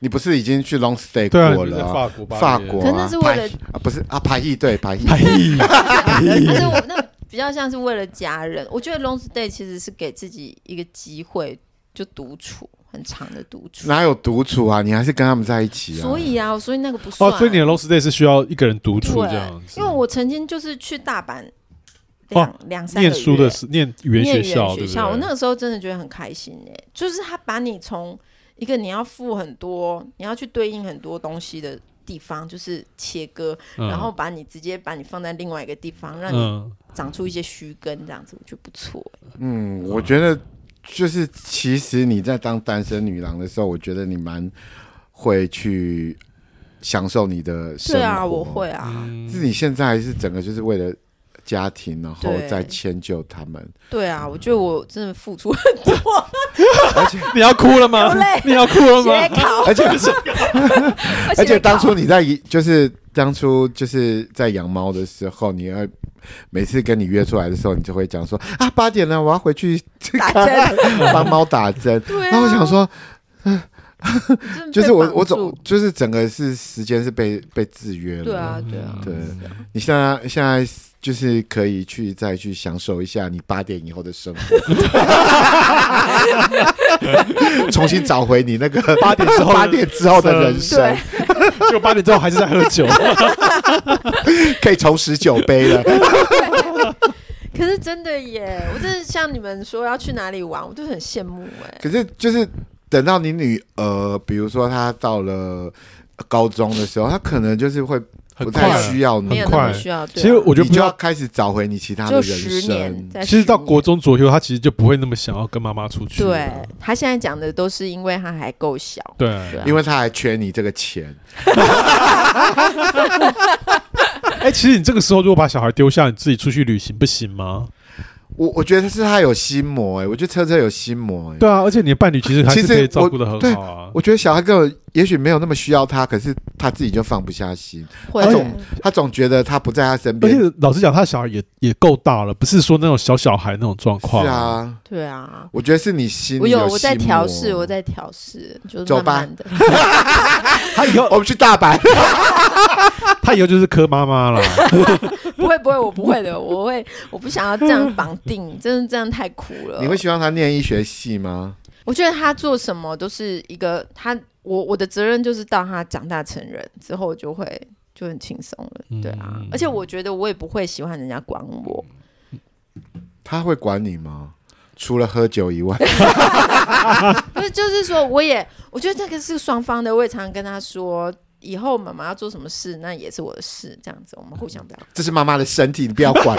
Speaker 3: 你不是已经去 long stay
Speaker 2: 对啊，
Speaker 3: 过
Speaker 2: 你不是在
Speaker 3: 了啊？
Speaker 2: 法国吧，
Speaker 3: 法国
Speaker 1: 可
Speaker 3: 啊，
Speaker 1: 那是为了
Speaker 3: 排啊，不是啊，排艺对排艺，
Speaker 2: 哎呀，
Speaker 1: 但啊是我那比较像是为了家人，我觉得 long stay 其实是给自己一个机会，就独处很长的独处。
Speaker 3: 哪有独处啊？你还是跟他们在一起啊？
Speaker 1: 所以啊，所以那个不算。
Speaker 2: 哦，所以你的 long stay 是需要一个人独处
Speaker 1: 对
Speaker 2: 这样子，
Speaker 1: 因为我曾经就是去大阪两两三个
Speaker 2: 哦念
Speaker 1: 月
Speaker 2: 书的是念语言
Speaker 1: 念
Speaker 2: 学
Speaker 1: 语言
Speaker 2: 校，
Speaker 1: 学
Speaker 2: 对不
Speaker 1: 校，我那
Speaker 2: 对？
Speaker 1: 个时候真的觉得很开心哎、就是他把你从一个你要付很多、你要去对应很多东西的地方，就是切割，
Speaker 2: 嗯
Speaker 1: 然后把你直接把你放在另外一个地方，让你
Speaker 2: 嗯，
Speaker 1: 长出一些须根，这样子我觉得不错欸、
Speaker 3: 嗯，我觉得就是其实你在当单身女郎的时候，我觉得你蛮会去享受你的生活。嗯
Speaker 1: 对啊，我。会啊，
Speaker 3: 是你现在还是整个就是为了家庭，然后
Speaker 1: 对
Speaker 3: 再迁就他 们。
Speaker 1: 对啊，我觉得我真的付出很 多，
Speaker 2: 你要哭了吗
Speaker 1: 流泪？
Speaker 2: 你要哭了
Speaker 1: 学
Speaker 2: 吗？
Speaker 1: 考，
Speaker 3: 而且
Speaker 1: 而
Speaker 3: 而且当初
Speaker 1: 考
Speaker 3: 你在就是当初就是在养猫的时候，你要每次跟你约出来的时候，你就会讲说啊八点了，我要回去
Speaker 1: 打针，
Speaker 3: 帮猫打针。
Speaker 1: 对啊，
Speaker 3: 然后我想说，
Speaker 1: 真的
Speaker 3: 就是
Speaker 1: 被
Speaker 3: 我
Speaker 1: 绑
Speaker 3: 我
Speaker 1: 住
Speaker 3: 总就是整个是时间是被被制约了。
Speaker 1: 对啊对啊，
Speaker 3: 对，你现在现在就是可以去再去享受一下你八点以后 的生活，重新找回你那个
Speaker 2: 八点之后的
Speaker 3: 八点之后的人生
Speaker 1: 对，
Speaker 2: 就八点之后还是在喝 酒，
Speaker 3: 可以重拾酒杯了。
Speaker 1: 可是真的耶，我真的像你们说要去哪里玩，我就很羡慕哎。
Speaker 3: 可是就是等到你女儿，比如说她到了高中的时候，她可能就是会
Speaker 2: 很
Speaker 3: 不
Speaker 2: 快
Speaker 3: 太
Speaker 2: 啊
Speaker 3: 需要
Speaker 1: 没
Speaker 3: 你
Speaker 1: 有
Speaker 2: 很，
Speaker 1: 那
Speaker 2: 快
Speaker 1: 么需要。对啊
Speaker 2: 其实我觉得
Speaker 3: 你
Speaker 2: 不
Speaker 3: 就要
Speaker 2: 要。
Speaker 3: 开始找回你其他的
Speaker 1: 就
Speaker 3: 人
Speaker 1: 十
Speaker 3: 生
Speaker 1: 年，。在
Speaker 2: 其实到
Speaker 1: 10年
Speaker 2: 国中左右，他其实就不会那么想要跟妈妈出去
Speaker 1: 对
Speaker 2: 了。
Speaker 1: 他现在讲的都是因为他还够小，
Speaker 2: 对
Speaker 1: 对啊
Speaker 3: 因为她还缺你这个钱，
Speaker 2: 哎，其实你这个时候如果把小孩丢下，你自己出去旅行不行吗？
Speaker 3: 我我觉得是她有心魔哎、我觉得车车有心魔哎、
Speaker 2: 对啊，而且你的伴侣其实还
Speaker 3: 其
Speaker 2: 是
Speaker 3: 实
Speaker 2: 可以照
Speaker 3: 我
Speaker 2: 顾的很
Speaker 3: 对
Speaker 2: 好啊。
Speaker 3: 我觉得小孩根本也许没有那么需要他，可是他自己就放不下心，
Speaker 1: 会
Speaker 3: 而且他总觉得他不在他身
Speaker 2: 而
Speaker 3: 边。
Speaker 2: 且老实讲，他小孩也也够大了，不是说那种小小孩那种状况。
Speaker 3: 是，啊，
Speaker 1: 对啊。
Speaker 3: 我觉得是你心里
Speaker 1: 我有
Speaker 3: 有
Speaker 1: 我在
Speaker 3: 心魔
Speaker 1: 调试，我在调试，就是
Speaker 3: 走
Speaker 1: 慢
Speaker 3: 吧
Speaker 1: 慢的。
Speaker 2: 他 以后
Speaker 3: 我们去大阪，
Speaker 2: 他以后就是柯妈妈了。
Speaker 1: 不会不会，我不会的，我会我不想要这样绑定，真的这样太苦了。
Speaker 3: 你会希望他念医学系吗？
Speaker 1: 我觉得他做什么都是一个他，我我的责任就是到他长大成人之后就会就很轻松了，对啊。
Speaker 2: 嗯
Speaker 1: 而且我觉得我也不会喜欢人家管我，
Speaker 3: 他会管你吗？除了喝酒以外，
Speaker 1: 不是就是说我也我觉得这个是双方的，我也常常跟他说。以后妈妈要做什么事，那也是我的事，这样子我们互相不要。
Speaker 3: 这是妈妈的身体，你不要 管。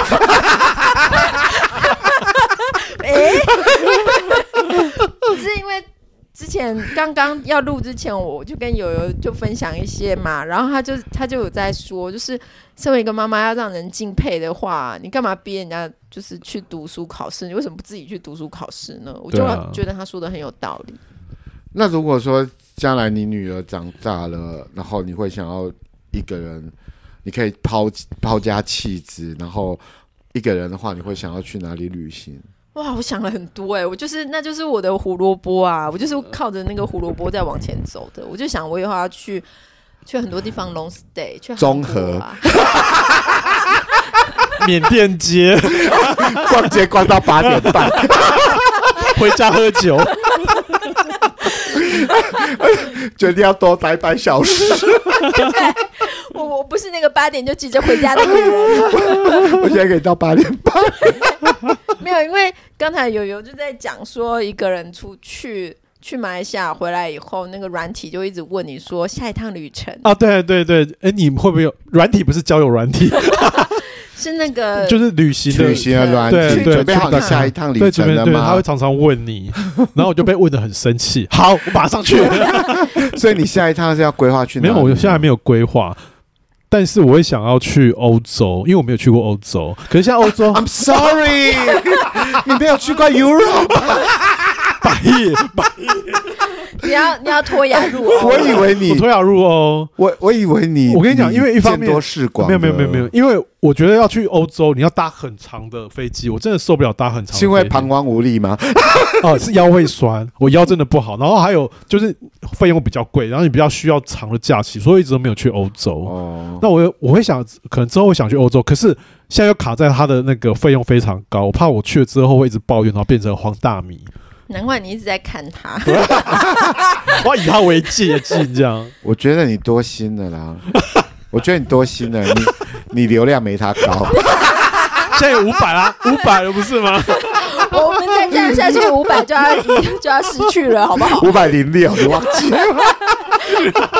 Speaker 2: 哎
Speaker 1: 是因为 之前刚刚要录之前，我就跟友友就分享一些嘛，然后他就他就有在说，就是身为一个妈妈要让人敬佩的话，你干嘛逼人家就是去读书考试？你为什么不自己去读书考试呢？我就
Speaker 2: 对啊
Speaker 1: 觉得他说的很有道理。
Speaker 3: 那如果说将来你女儿长大了，然后你会想要一个人，你可以抛抛家弃子，然后一个人的话，你会想要去哪里旅 行？
Speaker 1: 哇，我想了很多哎、我就是那就是我的胡萝卜啊，我就是靠着那个胡萝卜在往前走的。我就想我以后要去去很多地方 long stay，去韩
Speaker 3: 综
Speaker 1: 国
Speaker 3: 合
Speaker 1: 啊，
Speaker 2: 缅甸 街
Speaker 3: 逛街逛到八点半，
Speaker 2: 回家喝酒，
Speaker 3: 决定要多待半小 时。
Speaker 1: 我我不是那个八点就急着回家的那个人。
Speaker 3: 我现在可以到八点半。
Speaker 1: 没有，因为刚才友友就在讲说，一个人出去去马来西亚回来以后，那个软体就一直问你说下一趟旅程、
Speaker 2: 啊，对对对，哎，你会不会有软体？不是交友软 体，
Speaker 1: 是那个
Speaker 2: 就是旅行的
Speaker 3: 旅行的软
Speaker 2: 对
Speaker 3: 体，
Speaker 2: 对
Speaker 3: 准备好你下一趟旅
Speaker 2: 对，这
Speaker 3: 程
Speaker 2: 边
Speaker 3: 了
Speaker 2: 对，他
Speaker 3: 吗
Speaker 2: 会？常常问你，然后我就被问的很生气。好，我马上去。
Speaker 3: 所以你下一趟是要规划去哪
Speaker 2: 没
Speaker 3: 里？
Speaker 2: 有，我现在还没有规划，但是我会想要去欧洲，因为我没有去过欧洲。可是现在欧 洲
Speaker 3: I'm sorry，你没有去 过 Europe，
Speaker 2: 百亿，
Speaker 1: 你要你要脱牙入欧，
Speaker 3: 我以
Speaker 2: 我
Speaker 3: 为你，
Speaker 2: 脱牙入欧。
Speaker 3: 我我以为你，
Speaker 2: 我跟你讲因为一方面
Speaker 3: 见多识广，
Speaker 2: 没有没有没有没有，，因为我觉得要去欧洲，你要搭很长的飞机，我真的受不了搭很长的飞机。
Speaker 3: 是因为膀胱无力吗？
Speaker 2: 哦，是腰会酸，我腰真的不好。然后还有就是费用比较贵，然后你比较需要长的假期，所以我一直都没有去欧洲。
Speaker 3: 哦，
Speaker 2: 那我我会想，可能之后会想去欧洲，可是现在又卡在它的那个费用非常高，我怕我去了之后会一直抱怨，然后变成黄大米，
Speaker 1: 难怪你一直在看他。
Speaker 3: 啊
Speaker 2: 我要以他为借鉴这样。
Speaker 3: 我觉得你多心了啦，我觉得你多心了，你 你流量没他 高，
Speaker 2: 现在有五百啦，五百了不是吗？
Speaker 1: 我们再这样下去，五百就要就要失去了，好不好？
Speaker 3: 五百零六，你忘记了？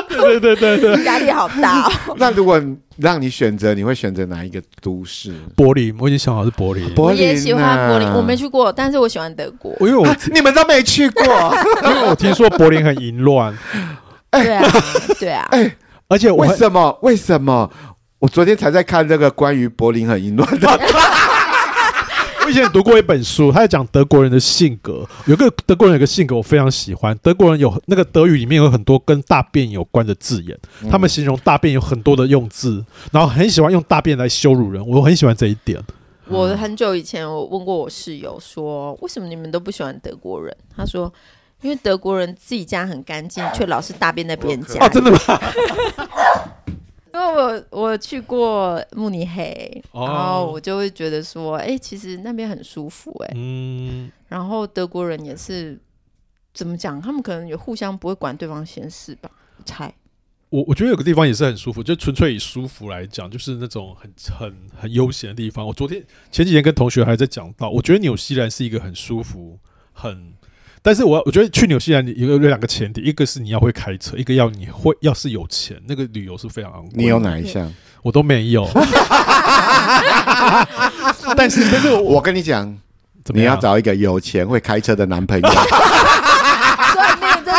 Speaker 2: 对对对 对，
Speaker 1: 压力好大哦。
Speaker 3: 那如果让你选择，你会选择哪一个都市？
Speaker 2: 柏林，我已经想好是柏林。
Speaker 3: 柏
Speaker 1: 我
Speaker 3: 林、啊，
Speaker 1: 也喜欢柏林，我没去过，但是我喜欢德国。
Speaker 2: 因为我
Speaker 3: 你们都没去过，
Speaker 2: 因为 我听说柏林很淫乱，
Speaker 1: 对 啊，对啊，
Speaker 2: 而且我
Speaker 3: 为什么？为什么？我昨天才在看这个关于柏林很淫乱 的，
Speaker 2: 我以前读过一本书，他在讲德国人的性格。有个德国人有个性格我非常喜欢，德国人有那个德语里面有很多跟大便有关的字眼，他们形容大便有很多的用字，然后很喜欢用大便来羞辱人，我很喜欢这一点。
Speaker 1: 我很久以前我问过我室友说，为什么你们都不喜欢德国人？他说。因为德国人自己家很干净，却老是大便在别人家
Speaker 2: 哦、。真的吗？
Speaker 1: 因为我我去过慕尼黑，
Speaker 2: 哦
Speaker 1: 然后我就会觉得说，哎、其实那边很舒服、诶哎。
Speaker 2: 嗯，
Speaker 1: 然后德国人也是怎么讲？他们可能也互相不会管对方闲事吧？我猜
Speaker 2: 我我觉得有个地方也是很舒服，就纯粹以舒服来讲，就是那种很很很悠闲的地方。我昨天前几天跟同学还在讲到，我觉得纽西兰是一个很舒服，很。但是我我觉得去纽西兰有有两个前提，一个是你要会开车，一个要你会要是有钱，那个旅游是非常昂贵。
Speaker 3: 你有？哪一项？
Speaker 2: 我都没 有。但是但是我
Speaker 3: 我跟你讲，
Speaker 2: 怎么
Speaker 3: 你要
Speaker 2: 样？
Speaker 3: 找一个有钱会开车的 男朋友。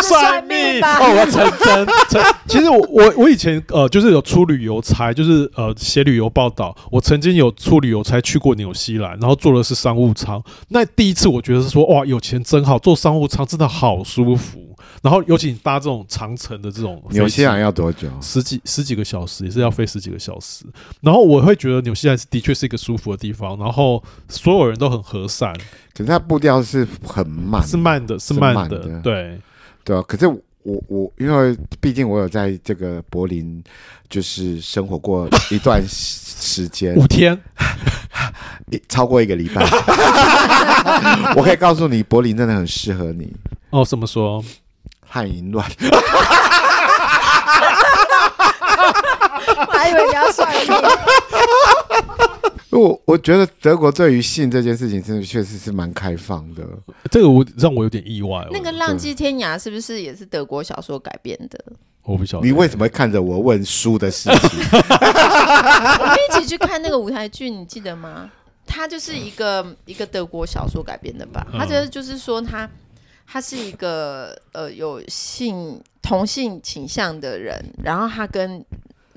Speaker 1: 算命真的 算命吧？
Speaker 2: 哦，我成真成。其实我我我以前呃，就是有出旅游差，就是呃写旅游报道。我曾经有出旅游差去过纽西兰，然后坐的是商务舱。那第一次我觉得是说哇，有钱真好，坐商务舱真的好舒服。然后尤其你搭这种长程的这种飞机
Speaker 3: 纽西兰要多久？
Speaker 2: 十几十几个小时，也是要飞十几个小时。然后我会觉得纽西兰是的确是一个舒服的地方，然后所有人都很和善，
Speaker 3: 可是它步调是很慢，
Speaker 2: 是慢的，是
Speaker 3: 是
Speaker 2: 慢
Speaker 3: 慢
Speaker 2: 的，
Speaker 3: 的
Speaker 2: 对。
Speaker 3: 对啊。可是我我因为毕竟我有在这个柏林就是生活过一段时间，
Speaker 2: 五天，
Speaker 3: 一超过一个礼 拜。 我可以告诉你，柏林真的很适合你，
Speaker 2: 哦，怎么说？
Speaker 3: 汉淫乱。
Speaker 1: 我还以为你要算 命。
Speaker 3: 我我觉得德国对于性这件事情，真的确实是蛮开放的。
Speaker 2: 这个我让我有点意外。哦
Speaker 1: 那个《浪迹天涯》是不是也是德国小说改编的？
Speaker 2: 我我不晓得
Speaker 3: 你为什么会看着我问书的事情？
Speaker 1: 我们一起去看那个舞台剧，你记得吗？它就是一个一个德国小说改编的吧？
Speaker 2: 嗯
Speaker 1: 它就是就是说它它是一个呃有性同性倾向的人，然后他跟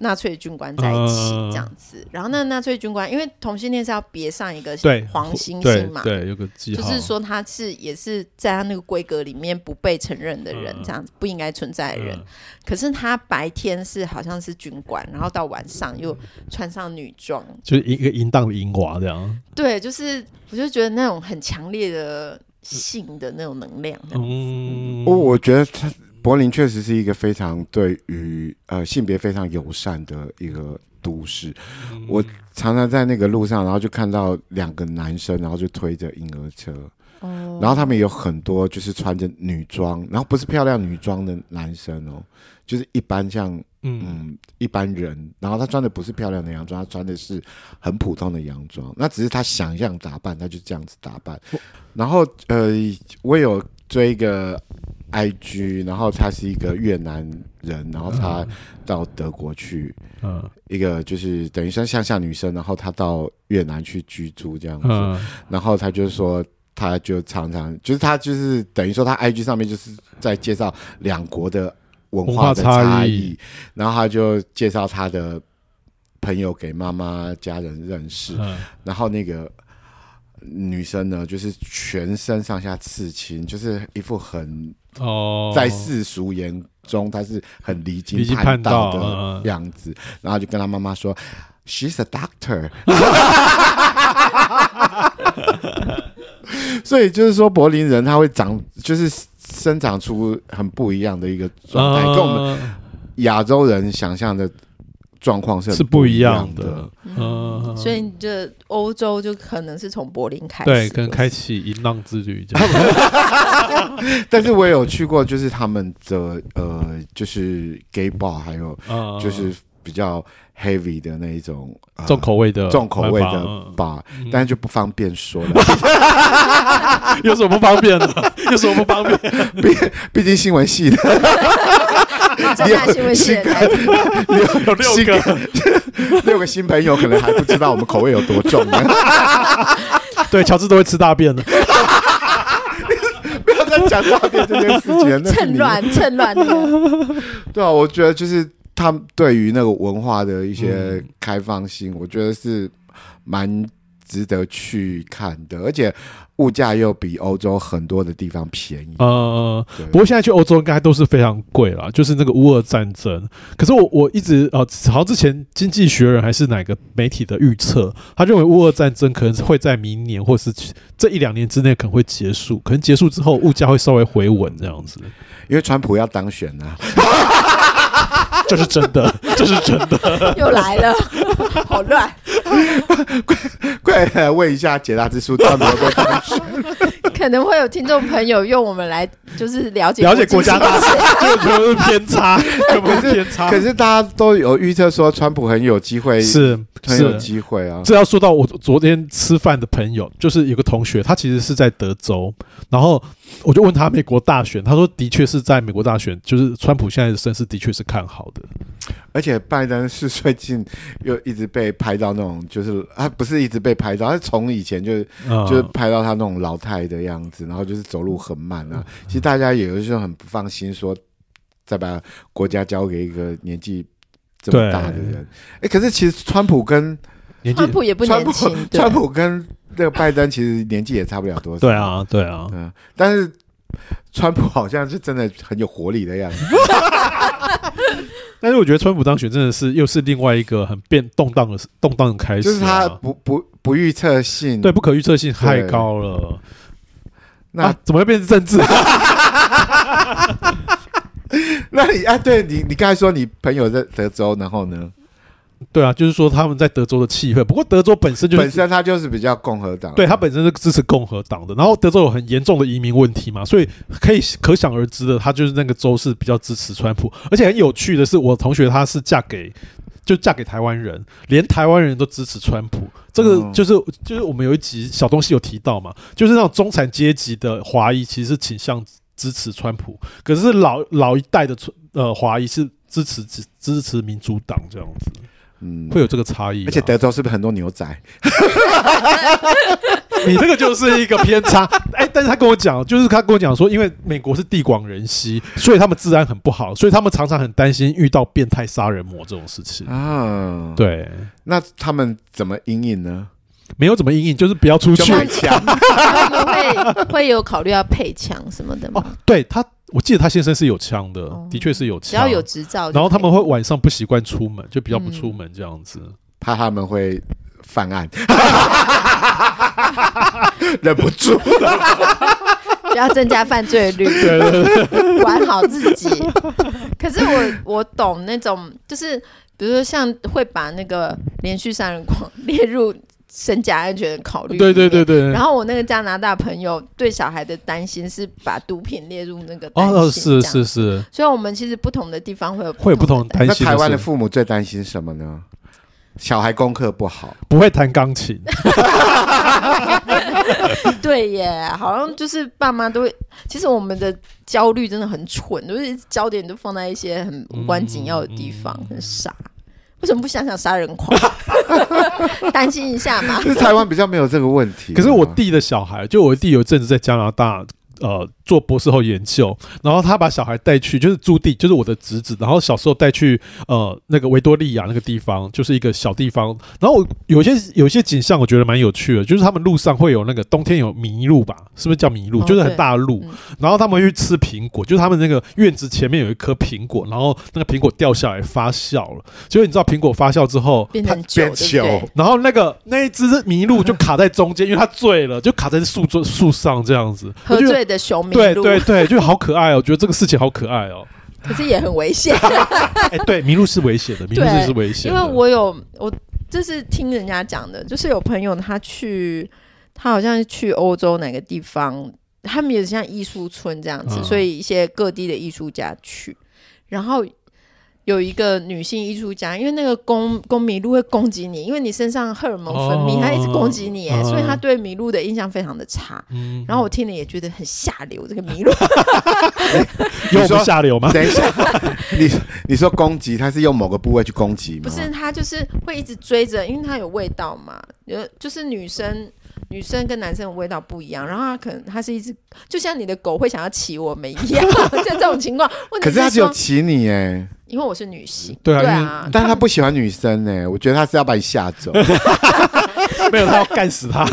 Speaker 1: 纳粹军官在一起
Speaker 2: 嗯
Speaker 1: 这样子。然后那个纳粹军官因为同性恋是要别上一个
Speaker 2: 对
Speaker 1: 黄星
Speaker 2: 对
Speaker 1: 星嘛，
Speaker 2: 对有个记
Speaker 1: 就
Speaker 2: 号，
Speaker 1: 是说他是也是在他那个规格里面不被承认的人
Speaker 2: 嗯，
Speaker 1: 这样子不应该存在的人
Speaker 2: 嗯。
Speaker 1: 可是他白天是好像是军官，然后到晚上又穿上女装，
Speaker 2: 就是一个淫荡的淫娃这样。
Speaker 1: 对，就是我就觉得那种很强烈的性的那种能量，
Speaker 2: 嗯，
Speaker 3: 哦我我觉得他柏林确实是一个非常对于呃性别非常友善的一个都市。我常常在那个路上，然后就看到两个男生，然后就推着婴儿车，
Speaker 1: 哦，
Speaker 3: 然后他们有很多就是穿着女装，然后不是漂亮女装的男生哦，就是一般像
Speaker 2: 嗯，
Speaker 3: 嗯一般人，然后他穿的不是漂亮的洋装，他穿的是很普通的洋装，那只是他想象打扮，他就这样子打扮。然后呃，我有追一个 IG，然后他是一个越南人，然后他到德国去，
Speaker 2: 嗯
Speaker 3: 一个就是等于说乡下女生，然后她到越南去居住这样子，
Speaker 2: 嗯
Speaker 3: 然后她就说。她就常常就是她就是等于说她 IG 上面就是在介绍两国的文化的
Speaker 2: 文化差
Speaker 3: 差
Speaker 2: 异
Speaker 3: 异，然后她就介绍她的朋友给妈妈家人认识，
Speaker 2: 嗯，
Speaker 3: 然后那个女生呢就是全身上下刺青，就是一副很
Speaker 2: 哦，
Speaker 3: 在世俗眼中，她是很离经
Speaker 2: 离经叛
Speaker 3: 叛道
Speaker 2: 道嗯嗯
Speaker 3: 的样子，然后就跟她妈妈说，She's a doctor。所以就是说，柏林人他会长，就是生长出很不一样的一个状
Speaker 2: 啊
Speaker 3: 态，跟我们
Speaker 2: 们
Speaker 3: 亚洲人想象的状况是很
Speaker 2: 是不一样
Speaker 3: 样
Speaker 2: 的。，嗯，
Speaker 1: 所以你这欧洲就可能是从柏林开始，
Speaker 2: 对，可能开启淫浪之旅这样，
Speaker 3: 但是我也有去过，就是他们的呃，就是 gay bar，还有
Speaker 2: 嗯
Speaker 3: 就是比较 heavy 的那一种、呃
Speaker 2: 重口味的
Speaker 3: 重口味
Speaker 2: 玩
Speaker 3: 的
Speaker 2: 法 嗯
Speaker 3: bar，、
Speaker 2: 嗯
Speaker 3: 但是就不方便说了， 啊
Speaker 2: 有什么不方便的？ 有什么不方便？
Speaker 3: 毕竟新闻系的
Speaker 1: 张哦大新闻系也开始，
Speaker 2: 有六个，
Speaker 3: 六个新朋友可能还不知道我们口味有多重呢。
Speaker 2: 对，乔治都会吃大便的。
Speaker 3: 不要再讲大便这件事情了，那是
Speaker 1: 趁
Speaker 3: 你
Speaker 1: 乱趁乱的，
Speaker 3: 对啊，我觉得就是他们对于那个文化的一
Speaker 2: 嗯
Speaker 3: 些开放性，我觉得是蛮值得去看的，而且物价又比欧洲很多的地方便宜。
Speaker 2: 呃，
Speaker 3: 对
Speaker 2: 不过现在去欧洲应该都是非常贵啦，就是那个乌俄战争。可是我我一直呃，好像之前《经济学人》还是哪个媒体的预测，他认为乌俄战争可能是会在明年或是这一两年之内可能会结束，可能结束之后物价会稍微回稳这样 子，
Speaker 3: 因为川普要当选啊，
Speaker 2: 这是真的，这是真的。
Speaker 1: 又来了，好乱，
Speaker 3: 快来问一下杰拉之书，川普会不会 当选？
Speaker 1: 可能会有听众朋友用我们来就是了解
Speaker 2: 了解国
Speaker 1: 际
Speaker 2: 家
Speaker 1: 形
Speaker 2: 大
Speaker 1: 势
Speaker 2: 事， 就全部是偏差，全部是偏差。
Speaker 3: 可是大家都有预测说川普很有机会，
Speaker 2: 是
Speaker 3: 很有
Speaker 2: 是，
Speaker 3: 机会啊。
Speaker 2: 这要说到我昨天吃饭的朋友，就是有个同学，他其实是在德州，然后我就问他美国大选，他说的确是在美国大选，就是川普现在的声势的确是看好的。
Speaker 3: 而且拜登是最近又一直被拍到那种，就是他不是一直被拍到，他从以前就是
Speaker 2: 嗯
Speaker 3: 就是拍到他那种老太的样子，然后就是走路很慢啊。
Speaker 2: 嗯
Speaker 3: 其实大家也有时候很不放心，说再把国家交给一个年纪这么大的人。哎，可是其实川普跟
Speaker 2: 年纪
Speaker 1: 川普也不
Speaker 3: 川
Speaker 1: 年
Speaker 3: 普
Speaker 1: 轻，对
Speaker 3: 川普跟那个拜登其实年纪也差不了多少。
Speaker 2: 对，啊对啊，
Speaker 3: 嗯，但是川普好像是真的很有活力 的样
Speaker 2: 啊
Speaker 3: 子。
Speaker 2: 但是我觉得川普当选真的是又是另外一个很变动荡的动荡的开始
Speaker 3: 就
Speaker 2: 啊、
Speaker 3: 是他不不不预测性，
Speaker 2: 对，不可预测性太高了。
Speaker 3: 那、
Speaker 2: 啊、怎么会变成政治？
Speaker 3: 那你啊，对你你刚才说你朋友在德州，然后呢，
Speaker 2: 对啊，就是说他们在德州的气氛。不过德州本身就是
Speaker 3: 本身他就是比较共和党，
Speaker 2: 对他本身是支持共和党的，然后德州有很严重的移民问题嘛，所以可以可想而知的，他就是那个州是比较支持川普。而且很有趣的是，我同学她是嫁给就嫁给台湾人，连台湾人都支持川普。这个
Speaker 3: 嗯
Speaker 2: 就是、就是我们有一集小东西有提到嘛，就是那种中产阶级的华裔其实是倾向支持川普，可是老老一代的川呃华裔是支持支支持民主党这样子，
Speaker 3: 嗯，
Speaker 2: 会有这个差异啦。啊
Speaker 3: 而且德州是不是很多牛仔？
Speaker 2: 你这个就是一个偏差。 哎、但是他跟我讲，就是他跟我讲说，因为美国是地广人稀，所以他们治安很不好，所以他们常常很担心遇到变态杀人魔这种事情。
Speaker 3: 啊，，
Speaker 2: 对，
Speaker 3: 那他们怎么阴影呢？
Speaker 2: 没有怎么阴影，就是不要出
Speaker 3: 就
Speaker 2: 去。
Speaker 3: 买
Speaker 1: 嗯
Speaker 3: 枪，
Speaker 1: 他们会会有考虑要配枪什么的
Speaker 2: 哦
Speaker 1: 吗？，
Speaker 2: 对他，我记得他先生是有枪的，
Speaker 1: 哦
Speaker 2: 的确是有枪。
Speaker 1: 只要有执照就可以，
Speaker 2: 然后他们会晚上不习惯出门，就比较不出门这样子。
Speaker 3: 怕他们会犯案， 忍不住。
Speaker 1: 不要增加犯罪 率，嗯管好自己。 可是我我懂那种，就是比如说像会把那个连续杀人狂列入身家安全的考虑。
Speaker 2: 对对对。对，
Speaker 1: 然后我那个加拿大朋友对小孩的担心是把毒品列入那个担心
Speaker 2: 哦哦
Speaker 1: 这
Speaker 2: 是
Speaker 1: 样
Speaker 2: 是是，
Speaker 1: 所以我们其实不同的地方会有
Speaker 2: 会有不同
Speaker 1: 的
Speaker 2: 担
Speaker 3: 那
Speaker 2: 心
Speaker 3: 台湾的
Speaker 2: 事
Speaker 3: 父母最担心什么呢？小孩功课 不好，
Speaker 2: 不会弹钢琴，
Speaker 1: 对耶，好像就是爸妈都会，其实我们的焦虑真的很蠢，就是焦点都放在一些很无关紧要的地方，很傻。为什么不想想杀人狂？担心一下嘛。
Speaker 3: 就是台湾比较没有这个问题。啊
Speaker 2: 可是我弟的小孩，就我弟有一阵子在加拿大。呃，做博士后研究，然后他把小孩带去，就是朱棣，就是我的侄子，然后小时候带去呃那个维多利亚那个地方，就是一个小地方。然后我有些有些景象我觉得蛮有趣的，就是他们路上会有那个冬天有麋鹿吧，是不是叫麋鹿？
Speaker 1: 哦
Speaker 2: 就是很
Speaker 1: 对
Speaker 2: 大的鹿，
Speaker 1: 嗯
Speaker 2: 然后他们会去吃苹果，就是他们那个院子前面有一棵苹果，然后那个苹果掉下来发酵了，结果你知道苹果发酵之后，
Speaker 1: 变成酒，
Speaker 3: 变
Speaker 1: 对不对
Speaker 3: 酒？
Speaker 2: 然后那个那一只麋鹿就卡在中间，因为它醉了，就卡在树树树上这样子。
Speaker 1: 喝
Speaker 2: 我觉得
Speaker 1: 醉的熊麋
Speaker 2: 对
Speaker 1: 鹿，
Speaker 2: 对对，就好可爱哦！我觉得这个事情好可爱哦。
Speaker 1: 可是也很危险。
Speaker 2: 哎，对，麋鹿是危险的，麋鹿
Speaker 1: 对
Speaker 2: 是是危险
Speaker 1: 因
Speaker 2: 的。
Speaker 1: 为我有我就是听人家讲的，就是有朋友他去，他好像是去欧洲哪个地方，他们也像艺术村这样子，
Speaker 2: 嗯
Speaker 1: 所以一些各地的艺术家去，然后。有一个女性艺术家，因为那个公公麋鹿会攻击你，因为你身上荷尔蒙分泌，
Speaker 2: 哦
Speaker 1: 它一直攻击你耶，
Speaker 2: 嗯
Speaker 1: 所以她对麋鹿的印象非常的差。
Speaker 2: 嗯，
Speaker 1: 然后我听了也觉得很下流，这个麋鹿
Speaker 2: 有我
Speaker 3: 你说
Speaker 2: 们下流吗？
Speaker 3: 等一下， 你你说攻击，他是用某个部位去攻击吗？
Speaker 1: 不是，它就是会一直追着，因为它有味道嘛，有就是女生女生跟男生的味道不一样，然后它可能它是一直就像你的狗会想要骑我们一样，像这种情况。问
Speaker 3: 可
Speaker 1: 题
Speaker 3: 是他只有
Speaker 1: 说，
Speaker 3: 骑你哎，
Speaker 1: 因为我是女性，
Speaker 2: 对啊
Speaker 1: 对
Speaker 2: 因
Speaker 1: 啊，
Speaker 3: 但他不喜欢女生哎，我觉得他是要把你吓走。
Speaker 2: 没有，他要干死他。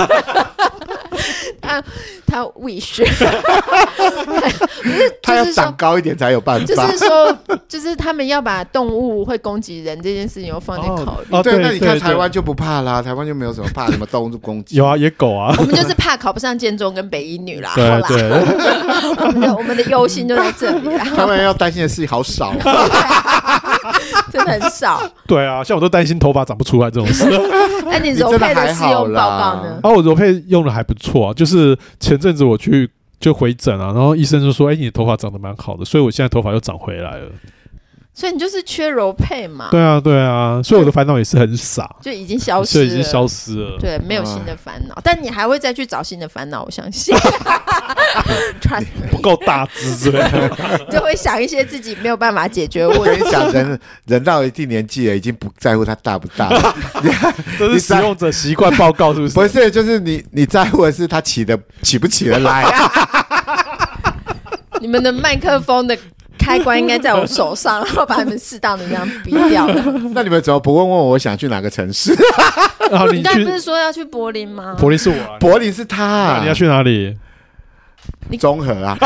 Speaker 1: 它 wish，
Speaker 3: 他
Speaker 1: 就
Speaker 3: 要
Speaker 1: 是说
Speaker 3: 长高一点才有办
Speaker 1: 就
Speaker 3: 法
Speaker 1: 是。说，就是他们要把动物会攻击人这件事情又放进考虑。
Speaker 2: 哦，
Speaker 3: 对，那你看
Speaker 2: 对
Speaker 3: 台湾就不怕啦，台湾就没有什么怕什么动物攻击。
Speaker 2: 有啊，野狗啊，
Speaker 1: 我们就是怕考不上建中跟北一女啦，好
Speaker 2: 对
Speaker 1: 啦，
Speaker 2: 对，
Speaker 1: 我们的我们的忧心就在这里 啦，
Speaker 3: 台湾要担心的事情好少啊，
Speaker 1: 真的很少。
Speaker 2: 对啊，像我都担心头发长不出来这种事。
Speaker 1: 那你
Speaker 3: 你真
Speaker 1: 柔
Speaker 3: 的
Speaker 1: 配
Speaker 3: 还
Speaker 1: 试
Speaker 3: 好
Speaker 1: 用报
Speaker 3: 啦
Speaker 1: 告呢？
Speaker 2: 啊，我柔配用的还不错啊，就是前阵子我去就回诊啊，然后医生就说，哎，你的头发长得蛮好的，所以我现在头发又长回来了。
Speaker 1: 所以你就是缺柔配嘛，
Speaker 2: 对啊，对啊，所以我的烦恼也是很傻，
Speaker 1: 就已经消失
Speaker 2: 所
Speaker 1: 了，
Speaker 2: 以已经消失了。啊
Speaker 1: 对，没有新的烦恼，但你还会再去找新的烦恼，我相 信。Trust
Speaker 2: 不够大只之类 的。
Speaker 1: me，就会想一些自己没有办法解决的
Speaker 3: 我跟
Speaker 1: 问
Speaker 3: 你
Speaker 1: 题。
Speaker 3: 讲，人人到一定年纪了，已经不在乎他大不大了，
Speaker 2: 这是使用者习惯报告，是不是？
Speaker 3: 不是，就是你你在乎的是他起的起不起得来，啊
Speaker 1: 你们的麦克风的开关应该在我手上，然后把你们适当的这样逼掉。
Speaker 3: 那你们怎么不问问我想去哪个城市？
Speaker 2: 然后
Speaker 1: 你
Speaker 2: 啊你
Speaker 1: 刚才不
Speaker 2: 去
Speaker 1: 是说要去柏林吗？
Speaker 2: 柏林是我、啊，
Speaker 3: 柏林是他啊，
Speaker 2: 你要去哪里？
Speaker 3: 综合啊，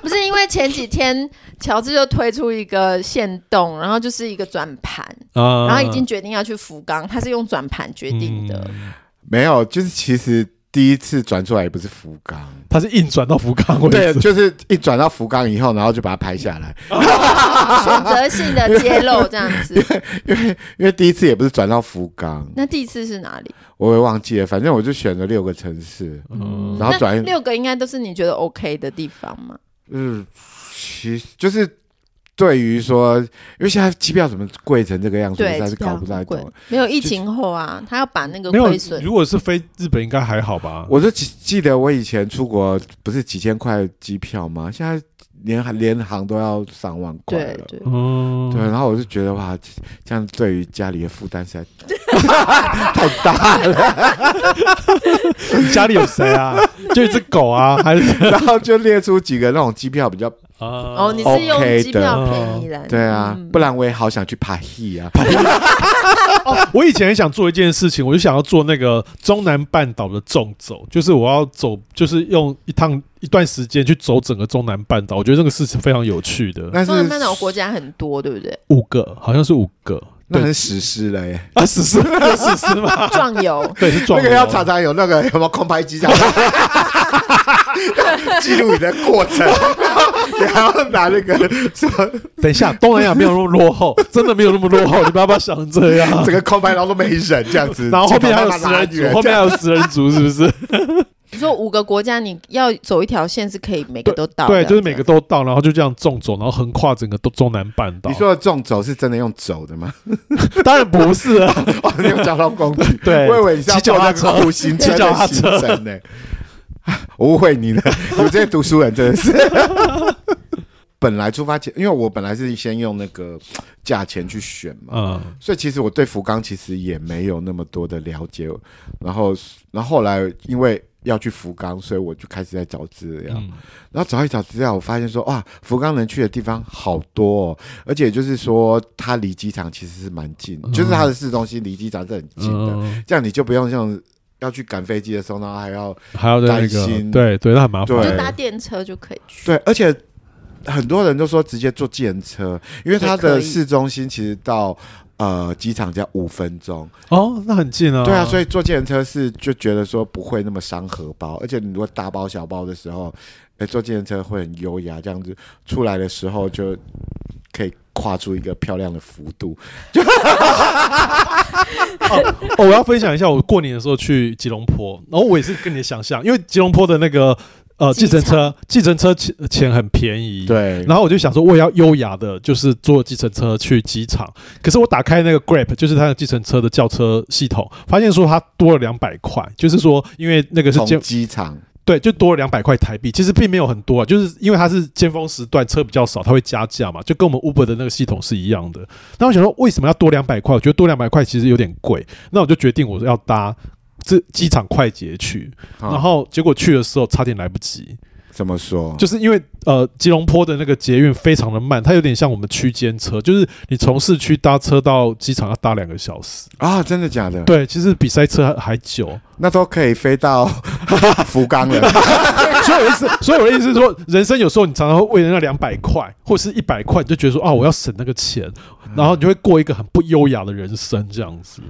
Speaker 1: 不是因为前几天乔治就推出一个限动，然后就是一个转盘，
Speaker 2: 啊、
Speaker 1: 然后已经决定要去福冈，他是用转盘决定的。
Speaker 2: 嗯
Speaker 3: 没有，就是其实第一次转出来也不是福冈，
Speaker 2: 他是硬转到福冈为
Speaker 3: 对，
Speaker 2: 止。
Speaker 3: 就是一转到福冈以后，然后就把它拍下来，
Speaker 1: 选择性的揭露这样子。
Speaker 3: 因为第一次也不是转到福冈，
Speaker 1: 那第一次是哪里？
Speaker 3: 我也忘记了，反正我就选了六个城市，
Speaker 2: 嗯
Speaker 3: 然后转
Speaker 1: 那六个应该都是你觉得 OK 的地方嘛？
Speaker 3: 嗯，其实就是对于说，因为现在机票怎么贵成这个样子，我
Speaker 1: 对，
Speaker 3: 实在是搞不太
Speaker 1: 贵
Speaker 3: 懂。。
Speaker 1: 没有疫情后啊，他要把那个
Speaker 2: 没
Speaker 1: 亏
Speaker 2: 有，
Speaker 1: 损，
Speaker 2: 如果是飞日本应该还好吧？
Speaker 3: 我就记记得我以前出国不是几千块机票吗？现在连航连航都要上万块
Speaker 1: 对
Speaker 3: 了。
Speaker 1: 对。
Speaker 2: 嗯，
Speaker 3: 对，然后我就觉得哇，这样对于家里的负担实在太大 了，
Speaker 2: 家里有谁啊？就一只狗啊，还是
Speaker 3: 然后 就列出几个那种机票比较
Speaker 2: 啊？
Speaker 1: 哦，你
Speaker 3: 哦
Speaker 1: 是用
Speaker 3: OK 的
Speaker 1: 机票便宜来的？
Speaker 3: 对啊，
Speaker 1: 嗯
Speaker 3: 不然我也好想去爬 he 啊，
Speaker 2: 我以前很想做一件事情，我就想要做那个中南半岛的纵走，就是我要走，就是用一趟一段时间去走整个中南半岛。我觉得这个事情非常有趣的。
Speaker 3: 那是
Speaker 1: 中南半岛国家很多，对不对？
Speaker 2: 五个好像是五个，
Speaker 3: 那
Speaker 2: 对
Speaker 3: 很史诗了耶。
Speaker 2: 啊，史诗，有史诗 吗？，
Speaker 1: 壮游
Speaker 2: 对，是壮
Speaker 3: 那
Speaker 2: 游。
Speaker 3: 个要常常有 那 个有没有空拍机这样记录你的过程，你还要拿那个什么
Speaker 2: 等一下，东南亚没有那么落后，真的没有那么落后，你不要把它想成这样。
Speaker 3: 整个空白，然后都没人这样子，
Speaker 2: 然后后面还有
Speaker 3: 把它
Speaker 2: 食
Speaker 3: 拉
Speaker 2: 人
Speaker 3: 远
Speaker 2: 族，后面还有食人族，是不是？
Speaker 1: 你说五个国家，你要走一条线是可以每个都到的，
Speaker 2: 对，就是每
Speaker 1: 这
Speaker 2: 个
Speaker 1: 样
Speaker 2: 都到，然后就这样纵走，然后横跨整个都中南半岛。
Speaker 3: 你说的这种走是真的用走的吗？
Speaker 2: 当然不是啊，
Speaker 3: 哦，你用交通工具？
Speaker 2: 对
Speaker 3: 我以为你是要
Speaker 2: 骑脚
Speaker 3: 做
Speaker 2: 踏
Speaker 3: 那个
Speaker 2: 车
Speaker 3: 苦行僧
Speaker 2: 骑脚
Speaker 3: 的
Speaker 2: 踏
Speaker 3: 行
Speaker 2: 车
Speaker 3: 程呢。 我误 会你了，你们这些读书人真的是。 本来出发前，因为我本来是先用那个价钱去选嘛，
Speaker 2: 嗯，
Speaker 3: 所以其实我对福冈其实也没有那么多的了解。然后，然后后来因为要去福冈，所以我就开始在找资料。
Speaker 2: 嗯
Speaker 3: 然后找一找资料，我发现说哇，福冈能去的地方好多、哦，而且就是说它离机场其实是蛮近，
Speaker 2: 嗯
Speaker 3: 就是它的市中心离机场是很近的，
Speaker 2: 嗯，
Speaker 3: 这样你就不用像要去赶飞机的时候，然后还要
Speaker 2: 还有那
Speaker 3: 担
Speaker 2: 个
Speaker 3: 心，
Speaker 2: 对对，那很麻
Speaker 3: 对
Speaker 1: 就
Speaker 2: 烦。
Speaker 1: 搭电车就可以去。
Speaker 3: 对，而且很多人都说直接坐电车，因为它
Speaker 1: 也可
Speaker 3: 的
Speaker 1: 以
Speaker 3: 市中心其实到。呃，机场只要五分钟，
Speaker 2: 哦，那很近啊。
Speaker 3: 对啊，所
Speaker 2: 以
Speaker 3: 以坐计程车是就觉得说不会那么伤荷包，而且你如果大包小包的时候，哎，坐计程车会很优雅，这样子出来的时候就可以跨出一个漂亮的幅度。
Speaker 2: 哦，我要分享一下，我过年的时候去吉隆坡，然后我也是跟你的想象，因为吉隆坡的那个呃
Speaker 1: 机
Speaker 2: 计
Speaker 1: 场
Speaker 2: 程车，计程车钱钱很便宜，
Speaker 3: 对，
Speaker 2: 然后我就想说，我也要优雅的，就是坐计程车去机场。可是我打开那个 Grab，就是它的计程车的叫车系统，发现说它多了两百块，就是说因为那个是尖
Speaker 3: 从机场
Speaker 2: 对，就多了两百块台币，其实并没有很多啊，就是因为它是尖峰时段车比较少，它会加价嘛，就跟我们 Uber 的那个系统是一样的。那我想说，为什么要多两百块？我觉得多两百块其实有点贵，那我就决定我要搭这机场快捷去，然后结果去的时候差点来不及。
Speaker 3: 怎么说？
Speaker 2: 就是因为呃，吉隆坡的那个捷运非常的慢，它有点像我们区间车，就是你从市区搭车到机场要搭两个小时。
Speaker 3: 啊，真的假的？
Speaker 2: 对，其实比塞车还还久。
Speaker 3: 那都可以飞到 福冈了。
Speaker 2: 所以我的意思，所以我的意思是说，人生有时候你常常会为了那两百块或是一百块，你就觉得说啊，我要省那个钱，
Speaker 3: 嗯
Speaker 2: 然后你就会过一个很不优雅的人生这样子。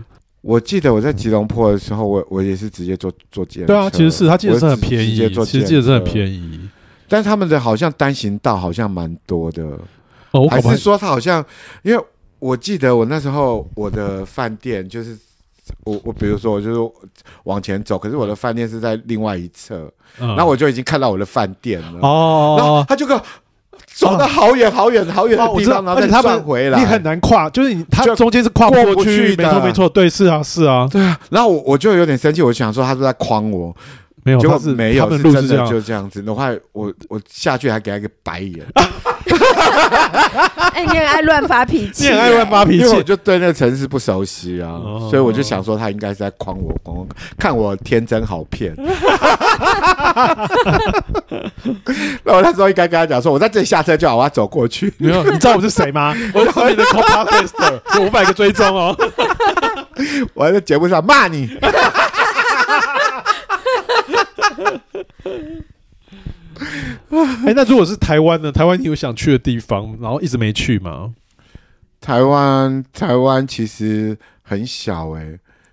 Speaker 3: 我记得我在吉隆坡的时候，我我也是直接坐坐计程车。
Speaker 2: 对啊，其实是它计程车很便
Speaker 3: 我
Speaker 2: 宜
Speaker 3: 直直接，坐
Speaker 2: 其实计程车很
Speaker 3: 宜，
Speaker 2: 便宜。
Speaker 3: 但他们的好像单行道好像蛮多的。
Speaker 2: 哦，我搞
Speaker 3: 还
Speaker 2: 不好
Speaker 3: 是说他好像，因为我记得我那时候我的饭店就是我我比如说我就是往前走，可是我的饭店是在另外一侧，
Speaker 2: 嗯
Speaker 3: 然后我就已经看到我的饭店了，然后
Speaker 2: 哦，
Speaker 3: 他就给我走到好远好远好远
Speaker 2: 哦
Speaker 3: 的
Speaker 2: 我
Speaker 3: 地
Speaker 2: 知道
Speaker 3: 方，，然后
Speaker 2: 而
Speaker 3: 再
Speaker 2: 且他
Speaker 3: 转
Speaker 2: 们
Speaker 3: 回来，
Speaker 2: 你很难跨，就是你它
Speaker 3: 就
Speaker 2: 中间是跨
Speaker 3: 过
Speaker 2: 不
Speaker 3: 不
Speaker 2: 过去，
Speaker 3: 去的
Speaker 2: 没错没错，对，是啊是啊，
Speaker 3: 对啊，然后我我就有点生气，我想说他是在诓我，
Speaker 2: 没有，
Speaker 3: 结果
Speaker 2: 它是
Speaker 3: 没有，
Speaker 2: 他们
Speaker 3: 是
Speaker 2: 路
Speaker 3: 真
Speaker 2: 这
Speaker 3: 的
Speaker 2: 样，
Speaker 3: 就这样子。的话，我我下去还给他一个白眼，
Speaker 1: 哎，你很爱乱发脾 气，
Speaker 2: 你很爱乱发脾
Speaker 3: 因
Speaker 2: 气
Speaker 3: 为我就对那个城市不熟悉啊，
Speaker 2: 哦
Speaker 3: 所以我就想说他应该是在诓我，诓我看我天真好 骗。那我那时候应该跟他讲说，我在这里下车就好，我要走过去。
Speaker 2: 没有，你知道我是谁吗？我是你的 c o p o d c a s t 有五百个追踪哦。
Speaker 3: 我在节目上骂你。
Speaker 2: 哎，那如果是台湾呢？台湾你有想去的地方，然后一直没去吗？
Speaker 3: 台湾，台湾其实很小哎、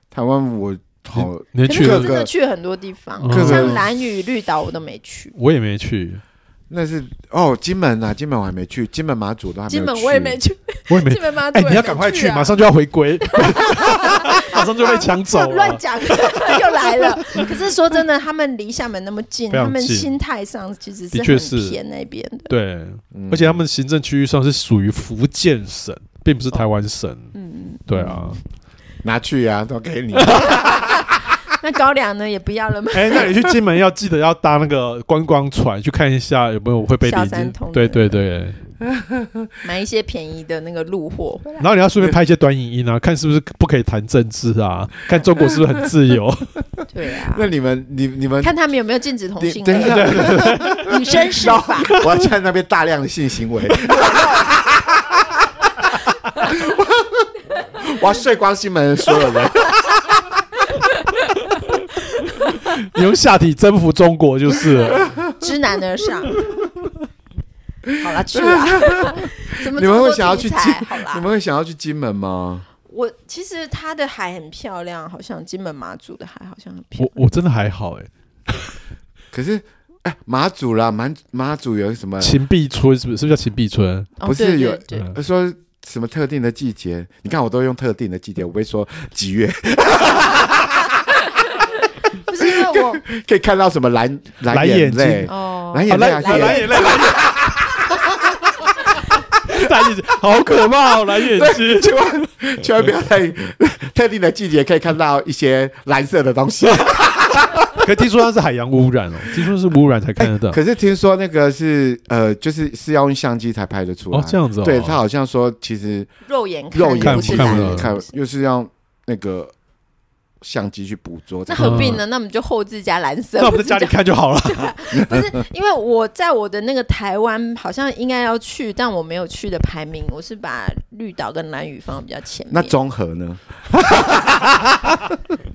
Speaker 3: 台湾我好
Speaker 2: 你
Speaker 1: 可
Speaker 2: 去
Speaker 1: 是我
Speaker 3: 各
Speaker 2: 了
Speaker 1: 真
Speaker 3: 个
Speaker 1: 的去很多地方
Speaker 2: 各，个
Speaker 1: 像蓝屿、绿岛我都没去，
Speaker 2: 我也没去，
Speaker 3: 那是哦，金门啊，金门我还没去，金门马祖都还没有
Speaker 1: 金门我也没去，
Speaker 2: 我也没
Speaker 1: 金。门妈祖也
Speaker 2: 哎，
Speaker 1: 没啊
Speaker 2: 你要赶快去，马上就要 回归，马上就被抢走啊
Speaker 1: 乱
Speaker 2: 了。
Speaker 1: 讲 又来了。可是说真的，他们离厦门那么近，
Speaker 2: 非
Speaker 1: 他
Speaker 2: 常
Speaker 1: 们
Speaker 2: 近
Speaker 1: 心态上其实
Speaker 2: 的确
Speaker 1: 很
Speaker 2: 是
Speaker 1: 偏那边 的。
Speaker 2: 对，
Speaker 3: 嗯
Speaker 2: 而且他们行政区域上是属于福建省，并不是台湾省。
Speaker 1: 嗯，
Speaker 2: 对啊，
Speaker 3: 拿去啊，都给 你。
Speaker 1: 那高粱呢也不要了吗？
Speaker 2: 哎，那你去金门要记得要搭那个观光船去看一下有没有会被
Speaker 1: 小
Speaker 2: 领
Speaker 1: 三
Speaker 2: 进
Speaker 1: 通。
Speaker 2: 对
Speaker 1: 的
Speaker 2: 对对，
Speaker 1: 买一些便宜的那个路 货，
Speaker 2: 然后你要顺便拍一些短影音啊，看是不是不可以谈政治啊，看中国是不是很自由。
Speaker 1: 对啊，
Speaker 3: 那你们，你你们
Speaker 1: 看他们有没有禁止同
Speaker 3: 你
Speaker 1: 性
Speaker 3: 等一
Speaker 1: 恋
Speaker 3: 下，
Speaker 1: 以身试法。
Speaker 3: 我要在那边大量的性 行为。我要睡光西门所有人，
Speaker 2: 你用下体征服中国就是了。
Speaker 1: 知难而 上。好啦，去啦。怎么
Speaker 3: 你
Speaker 1: 这么
Speaker 3: 们
Speaker 1: 多
Speaker 3: 会想要去
Speaker 1: 题
Speaker 3: 金
Speaker 1: 材？好？
Speaker 3: 你
Speaker 1: 啦，
Speaker 3: 们会想要去金门吗？
Speaker 1: 我其实它的海很漂亮，好像金门马祖的海好像很漂
Speaker 2: 我
Speaker 1: 亮。
Speaker 2: 我真的还好哎、
Speaker 3: 可是哎，马祖啦，马马祖有什么？
Speaker 2: 秦壁村是不是？是不是叫秦壁村？
Speaker 1: 哦
Speaker 3: 不是
Speaker 1: 对对
Speaker 3: 有
Speaker 1: 对
Speaker 2: 嗯
Speaker 3: 说什么特定的季节？你看我都用特定的季节，我不会说几月
Speaker 1: 不是因为我
Speaker 3: 可以看到什么蓝
Speaker 2: 蓝
Speaker 3: 眼
Speaker 2: 眼睛
Speaker 3: 泪。
Speaker 1: 哦，
Speaker 3: 蓝眼泪啊，
Speaker 2: 啊蓝
Speaker 3: 对
Speaker 2: 眼泪，蓝 眼蓝眼睛，好可怕 哦！蓝眼睛，
Speaker 3: 千万千万不要在 特定的季节可以看到一些蓝色的东西。
Speaker 2: 可听说它是海洋污染哦，听说是污染才看得到。
Speaker 3: 可是听说那个是呃，就是是要用相机才拍得出来。
Speaker 2: 哦，这样子哦，
Speaker 3: 对他好像说，其实
Speaker 1: 肉眼
Speaker 3: 肉眼
Speaker 1: 看
Speaker 2: 不
Speaker 1: 是
Speaker 2: 看
Speaker 1: 蓝
Speaker 2: 不
Speaker 1: 的
Speaker 2: 到
Speaker 3: 看又是要那个相机去捕捉才
Speaker 1: 那
Speaker 3: 看得到。
Speaker 1: 何必呢？那我们就后置加蓝色。
Speaker 2: 那我们在家里看就 好了。
Speaker 1: 不是因为我在我的那个台湾好像应该要去，但我没有去的排名，我是把绿岛跟蓝屿放得比较前面。
Speaker 3: 那综合呢？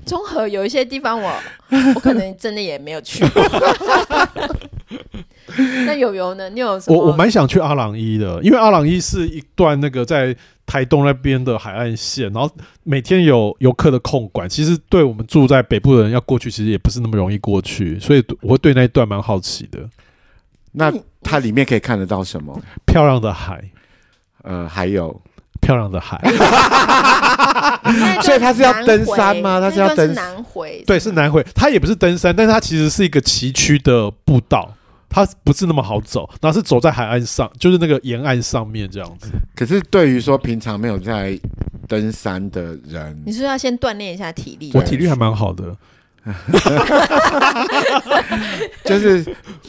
Speaker 1: 综合有一些地方我我可能真的也没有去过。 那友友呢？你有什么？
Speaker 2: 我我蛮想去阿朗伊的，因为阿朗伊是一段那个在台东那边的海岸线，然后每天有游客的空管，其实对我们住在北部的人要过去，其实也不是那么容易过去，所以我会对那一段蛮好奇的。
Speaker 3: 那它里面可以看得到什么？
Speaker 2: 漂亮的海，
Speaker 3: 呃，还有，
Speaker 2: 漂亮的海，
Speaker 1: 啊那一段
Speaker 3: 所以他是要登山吗
Speaker 1: 南回
Speaker 3: 他是要
Speaker 1: 那
Speaker 3: 登
Speaker 1: 一段是南回，
Speaker 2: 对，是南回，它也不是登山，但是它其实是一个崎岖的步道。它不是那么好走，然后是走在海岸上，就是那个沿岸上面这样子。
Speaker 3: 可是对于说平常没有在登山的人
Speaker 1: 你，是不是要先锻炼一下体力。
Speaker 2: 我体力还蛮好的，
Speaker 3: 就是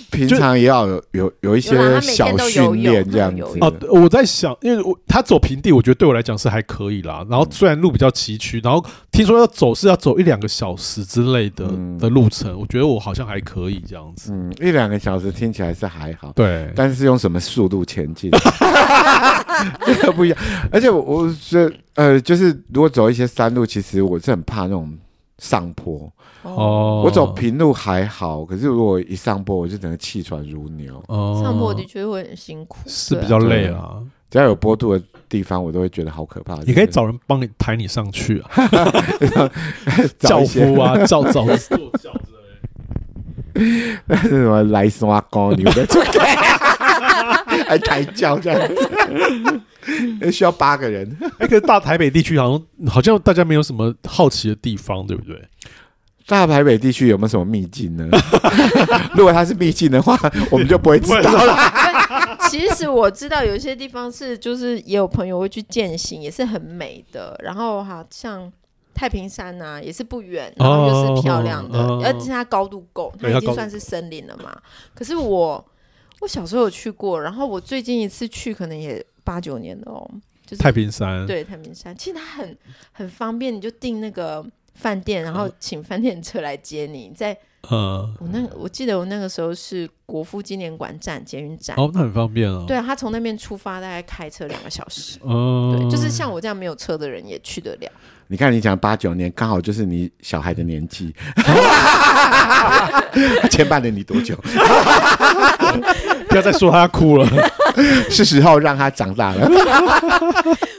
Speaker 3: 平常也要有有有一
Speaker 1: 有啦
Speaker 3: 些
Speaker 1: 他每天
Speaker 3: 小
Speaker 1: 都游
Speaker 3: 训练
Speaker 1: 泳
Speaker 3: 这样
Speaker 1: 游
Speaker 3: 子。
Speaker 1: 泳
Speaker 2: 哦，对我在想，因为我他走平地，我觉得对我来讲是还可以啦。
Speaker 3: 嗯
Speaker 2: 然后虽然路比较崎岖，然后听说要走是要走一两个小时之类的、
Speaker 3: 嗯
Speaker 2: 的路程，我觉得我好像还可以这样子。
Speaker 3: 嗯，一两个小时听起来是还好，
Speaker 2: 对，
Speaker 3: 但是用什么速度前进， 这个不一样。而且我我是呃，就是如果走一些山路，其实我是很怕那种上坡。
Speaker 1: 哦，
Speaker 2: 哦，
Speaker 3: 我走平路还好，可是如果一上坡，我就整个气喘如牛。
Speaker 2: 哦
Speaker 1: 上坡的确会很辛苦，
Speaker 2: 是
Speaker 1: 对啊
Speaker 2: 比较累啊。
Speaker 3: 只要有坡度的地方，我都会觉得好可怕。
Speaker 2: 你可以
Speaker 3: 就是
Speaker 2: 找人帮你抬你上去啊，
Speaker 3: 找
Speaker 2: 教
Speaker 3: 一些
Speaker 2: 夫啊，教早
Speaker 3: 是 什么来刷高，你们出来， 还抬轿这样子， 需要八个人。
Speaker 2: 哎，可是大台北地区好像好像大家没有什么好奇的地方，对不对？
Speaker 3: 大台北地区有没有什么秘境呢？ 如果它是秘境的话，我们就不会知道了。
Speaker 1: 其实我知道有一些地方是，就是也有朋友会去践行，也是很美的。然后好像太平山呐、也是不远，然后又是漂亮的，
Speaker 2: 哦哦
Speaker 1: 而且它高度够，它
Speaker 2: 对它
Speaker 1: 已
Speaker 2: 高
Speaker 1: 经算是森林了嘛。可是我我小时候有去过，然后我最近一次去可能也八九年了哦，就是
Speaker 2: 太平山，
Speaker 1: 对太平山，其实它很很方便，你就订那个饭店，然后请饭店车来接你。在
Speaker 2: 嗯，
Speaker 1: 我那个我记得我那个时候是国父纪念馆站捷运站。
Speaker 2: 哦，那很方便啊。
Speaker 1: 对，啊，他从那边出发，大概开车两个小时。
Speaker 2: 嗯，
Speaker 1: 对，就是像我这样没有车的人也去得了。
Speaker 3: 你看，你讲八九年，刚好就是你小孩的年纪， 牵绊了你多久？
Speaker 2: 不要再说他 哭了。
Speaker 3: 是时候让他长大了。